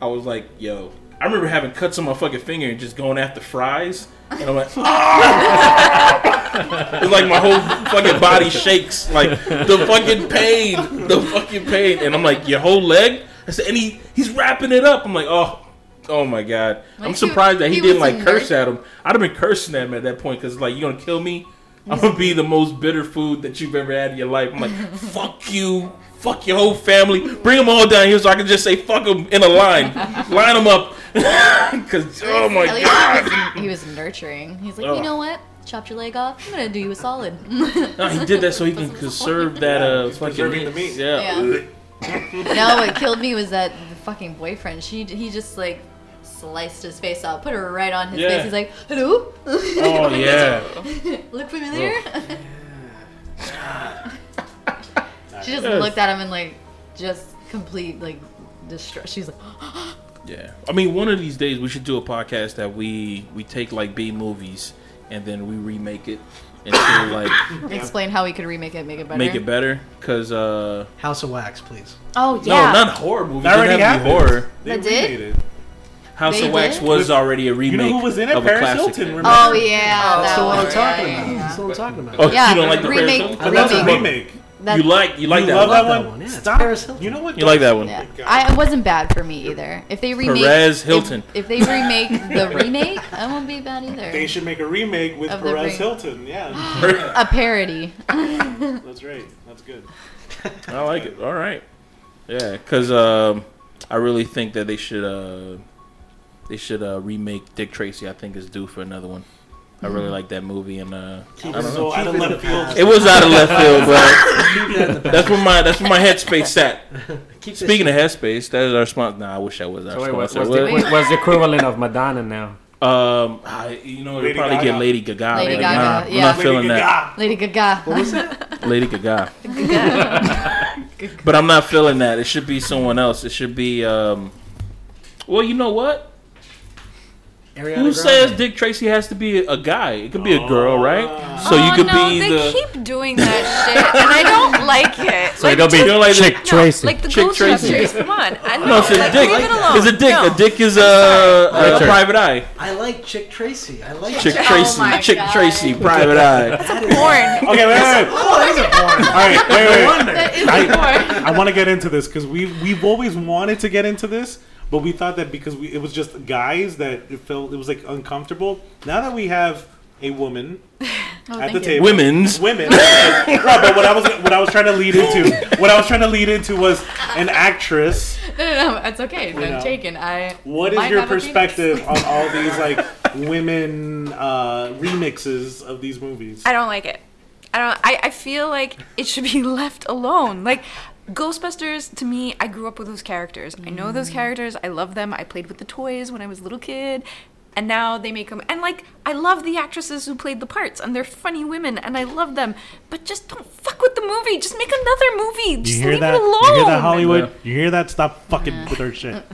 S7: I was like, yo, I remember having cuts on my fucking finger and just going after fries, and I'm like, ah! it's like my whole fucking body shakes, like the fucking pain, the fucking pain, and I'm like, your whole leg. I said, and he he's wrapping it up. I'm like, oh. Oh my god! I'm
S5: Like,
S7: surprised that he,
S5: he
S7: didn't
S5: was a
S7: like curse
S5: nerd.
S7: at him. I'd have been cursing at him at that point because like you're gonna kill me. I'm gonna be the most bitter food that you've ever had in your life. I'm like, fuck you, fuck your whole family. Bring them all down here so I can just say fuck them in a line, line them up. Cause oh my
S5: at least
S7: god,
S5: He was, he was nurturing. He's like,
S7: Ugh.
S5: you know what? Chopped your leg off. I'm gonna do you a solid.
S7: no, he did that so he can conserve that uh
S2: he's
S7: fucking
S2: preserving the meat.
S7: Yeah.
S5: Yeah. no, what killed me was that the fucking boyfriend. She he just like sliced his face off, put her right on his
S7: Yeah.
S5: face. He's like, hello?
S7: Oh yeah.
S5: Look familiar? she just looked at him and like, just complete like distress. She's like,
S7: Yeah. I mean, one of these days we should do a podcast that we we take like B movies and then we remake it until like
S5: explain how we could remake it, make it better.
S7: make it better because uh
S3: House of Wax, please.
S5: Oh
S7: no,
S5: yeah.
S7: not horror movies. That
S2: That
S7: already
S2: already happened.
S7: horror.
S2: They
S5: They did?
S2: remade it.
S7: House
S5: They
S7: of Wax
S5: did?
S7: was already a remake.
S2: You know who was in it?
S7: Of a
S2: Paris
S7: classic.
S2: Hilton. Remember?
S5: Oh yeah,
S3: That's
S5: that
S3: the one
S5: one.
S3: I'm talking
S5: yeah,
S3: about.
S5: yeah,
S3: That's the one I'm talking about.
S7: Oh,
S5: Yeah,
S7: you don't like the Paris
S5: remake-
S7: Hilton?
S3: I love
S2: That's a
S3: that one.
S2: remake.
S5: yeah.
S7: You
S5: That-
S7: like you like
S2: You
S7: that
S2: love
S7: one.
S2: that
S3: that
S2: one.
S3: one, yeah.
S2: Stop.
S3: Paris Hilton.
S2: You know what?
S7: Oh, You like that one.
S5: yeah.
S2: my God.
S5: I, it wasn't bad for me either. If they remake
S7: Perez
S5: if-
S7: Hilton.
S5: if, they remake the remake, that won't be bad either.
S2: They should make a remake with
S5: Of the
S2: Perez
S5: ring.
S2: Hilton. Yeah,
S5: a parody.
S2: that's right. That's good.
S7: I like it. All right. Yeah, because um, I really think that they should uh, they should uh, remake Dick Tracy. I think is due for another one. I really like that movie, and uh, I don't know.
S2: So out of
S3: Keep it
S2: left
S3: in the
S2: field.
S7: It was out of left field, but
S3: Keep that in the back.
S7: that's where my that's where my headspace sat.
S3: Keep this-
S7: Speaking of headspace, that is our sponsor. Nah, I wish I was our
S4: So wait, what,
S7: sponsor.
S4: what's, the,
S7: What?
S4: equi- what's the equivalent of Madonna now?
S7: Um, I, you know, you
S2: Lady
S7: probably
S2: Gaga.
S7: get Lady Gaga.
S5: Lady
S7: but
S5: Gaga,
S7: nah, I'm
S5: yeah.
S7: not
S2: Lady
S7: feeling that.
S2: Gaga.
S5: Lady Gaga.
S7: Lady Gaga. but I'm not feeling that. It should be someone else. It should be. Um, well, you know what?
S3: Ariana
S7: Who
S3: Grande.
S7: says Dick Tracy has to be a guy? It could be a girl, right? So you
S6: oh,
S7: could
S6: no,
S7: be
S6: they
S7: the
S6: keep doing that shit, and I don't like it.
S4: So
S6: like,
S4: it'll be
S7: just- like
S4: Chick
S7: the-
S4: Tracy.
S6: like the
S7: Chick
S6: Chick
S7: Tracy.
S6: Come on, I know.
S7: no, it's a
S6: like,
S7: dick.
S6: Leave it alone.
S7: It's a dick.
S6: No.
S7: A dick is a, a,
S4: Richard.
S7: private eye.
S3: I like Chick Tracy. I like
S7: Chick
S3: Chick.
S7: Tracy.
S5: Oh my
S7: Chick
S5: God.
S7: Tracy. Private eye.
S6: Porn.
S2: Okay, wait, wait, wait.
S3: Oh, that's a porn.
S2: All right, wait, wait, wait.
S5: That is
S2: I, I want to get into this because we we've always wanted to get into this, but we thought that because we, it was just guys that it felt it was like uncomfortable. Now that we have a woman at
S5: Oh, thank
S2: the
S5: you.
S2: table,
S7: Women's.
S2: women. no, but what I was what I was trying to lead into what I was trying to lead into was an actress.
S5: No, no, no, it's okay. No,
S2: know.
S5: I'm taken. I.
S2: What is
S5: might
S2: your
S5: have a penis.
S2: perspective on all these like women uh, remixes of these movies?
S6: I don't like it. I don't. I, I feel like it should be left alone. Like Ghostbusters, to me, I grew up with those characters. I know those characters. I love them. I played with the toys when I was a little kid, and now they make them. And like, I love the actresses who played the parts, and they're funny women, and I love them. But just don't fuck with the movie. Just make another movie. Just
S2: You hear
S6: leave
S2: that?
S6: it alone.
S2: You hear that Hollywood? You hear that? Stop fucking with her shit.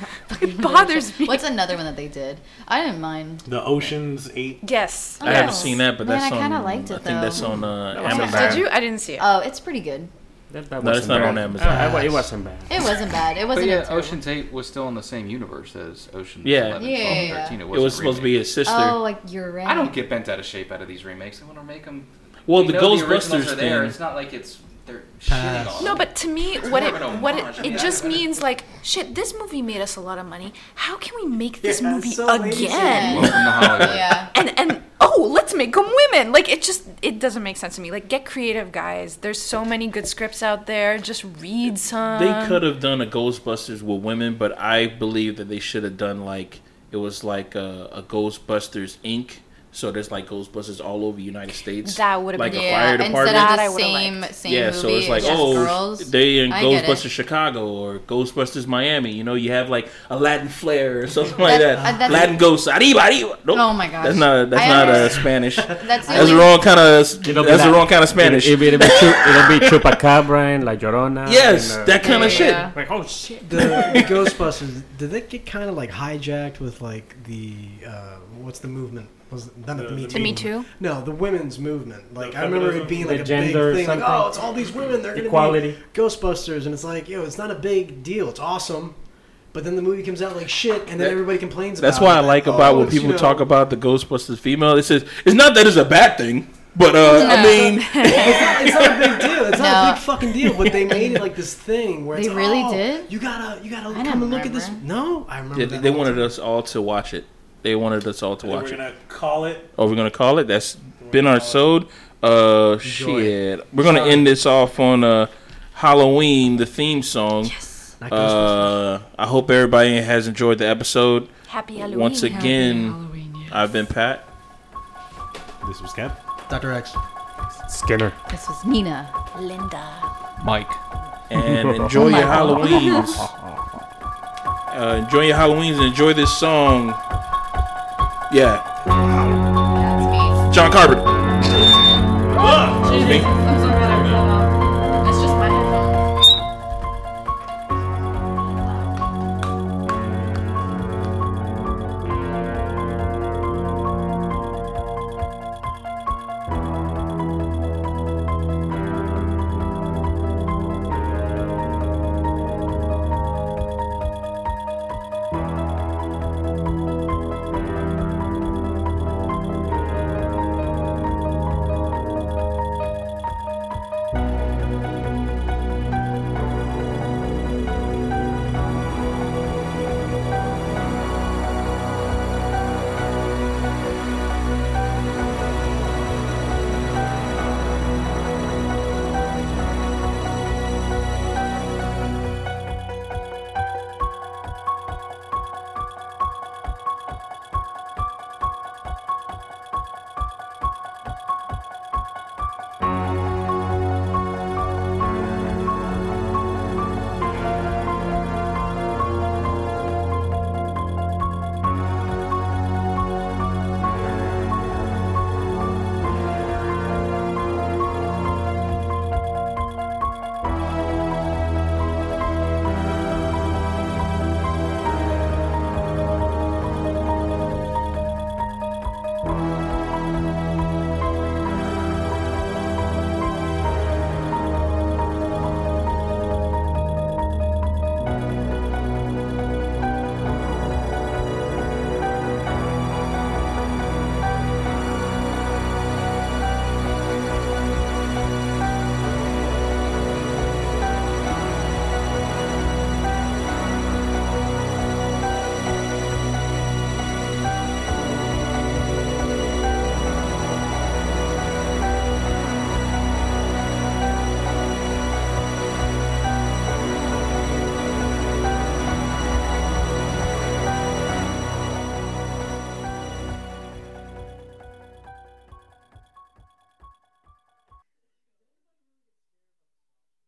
S6: It bothers me.
S5: What's another one that they did? I didn't mind.
S2: The Ocean's Eight.
S6: Yes.
S7: I haven't
S5: Yes.
S7: seen that, but
S5: Man,
S7: that's
S5: I
S7: on.
S5: kinda liked it,
S7: I think that's
S5: though.
S7: on uh,
S4: was
S7: Amazon.
S4: bad.
S6: Did you? I didn't see it.
S5: Oh, it's pretty good.
S4: That, that
S7: No,
S4: wasn't
S7: it's not
S4: bad.
S7: on Amazon.
S4: Oh, it wasn't bad.
S5: It wasn't bad. It
S8: But
S7: Oh,
S5: wasn't.
S8: yeah,
S5: terrible.
S8: Ocean's Eight was still in the same universe as Ocean's
S7: Yeah.
S8: 11,
S5: Yeah,
S8: 12,
S5: yeah,
S8: 13. It,
S7: It was supposed to be his sister.
S5: Oh, like you're right.
S8: I don't get bent out of shape out of these remakes. They want to make them.
S7: well,
S8: we
S7: the
S8: know originals
S7: Ghostbusters
S8: are there.
S7: thing.
S8: It's not like it's they're shitting on.
S6: No,
S8: them.
S6: but to me, what it
S8: more of an
S6: what
S8: homage,
S6: it,
S8: yeah.
S6: it just means like shit. This movie made us a lot of money. How can we make this
S3: Yeah,
S6: movie
S3: so lazy.
S6: again?
S8: Welcome to Hollywood.
S5: Yeah.
S6: And and oh, let's make them women. Like it just it doesn't make sense to me. Like get creative, guys. There's so many good scripts out there. Just read some.
S5: Um,
S7: They could have done a Ghostbusters with women, but I believe that they should have done like it was like a, a Ghostbusters Inc. So there's like Ghostbusters all over the United States.
S6: That would have
S7: like
S6: been-
S7: a
S5: yeah,
S7: fire department.
S5: Instead
S6: That I
S5: of the
S6: would've
S5: same,
S6: liked.
S5: same
S7: yeah,
S5: movie,
S7: so it's like
S5: just
S7: oh,
S5: girls.
S7: they in
S5: I get it.
S7: Ghostbusters Chicago or Ghostbusters Miami. You know, you have like a Latin flair or something like
S5: That-
S7: that.
S5: uh, that's-
S7: Latin ghost, arriba, arriba. Nope.
S5: Oh my gosh.
S7: that's not a, that's
S5: I
S7: not a
S5: understand.
S7: Spanish.
S5: That's the
S7: That's
S5: only
S7: the wrong kind of.
S4: It'll be
S7: That's the
S4: like-
S7: wrong kind of Spanish.
S4: It'll, it'll, be, chup- it'll be Chupacabra and La Llorona.
S7: yes,
S4: and, uh,
S7: that kind of shit.
S5: Yeah.
S4: Like, oh shit.
S3: The Ghostbusters. Did they get kind of like hijacked with like the uh, what's the movement? Was it- none of
S2: The-
S3: the Me
S2: the
S3: Too.
S6: to me too.
S3: No, the women's movement. Like
S2: The
S3: I remember it
S2: feminism?
S3: being
S4: The
S3: like a
S4: gender
S3: big thing. Like
S4: something.
S3: oh, it's all these women. They're
S4: Equality.
S3: gonna be Ghostbusters, and it's like yo, it's not a big deal. It's awesome. But then the movie comes out like shit, and then everybody complains
S7: That's
S3: about
S7: why
S3: it.
S7: I like about
S3: oh,
S7: when
S3: it's, you
S7: people
S3: know,
S7: talk about the Ghostbusters female. It says it's not that it's a bad thing, but uh, I mean,
S3: It's not, it's not a big deal. It's not a
S5: No.
S3: big fucking deal. But they made it like this thing where
S5: They
S3: it's,
S5: really
S3: oh,
S5: did?
S3: You gotta, you gotta
S5: I
S3: come and
S5: don't
S3: look at this.
S5: remember.
S3: No, I remember.
S7: Yeah, they,
S3: that
S7: they
S3: all the
S7: wanted
S3: time.
S7: us all to watch it. They wanted us all to
S2: We're
S7: watch it.
S2: gonna call it.
S7: Oh, we're gonna call it. That's been our sold. Uh, shit. We're gonna end this off on uh, Halloween, the theme song.
S3: Not Ghostbusters.
S7: Uh, I hope everybody has enjoyed the episode.
S6: Happy Halloween.
S7: Once again,
S5: Halloween, yeah.
S7: I've been Pat.
S2: This was Kev.
S3: Dr. X.
S4: Skinner.
S5: This was Nina.
S6: Linda.
S8: Mike.
S7: and enjoy your Halloweens. Uh, enjoy your Halloweens and enjoy this song. Yeah,
S5: That's me.
S7: John Carpenter.
S5: Jesus.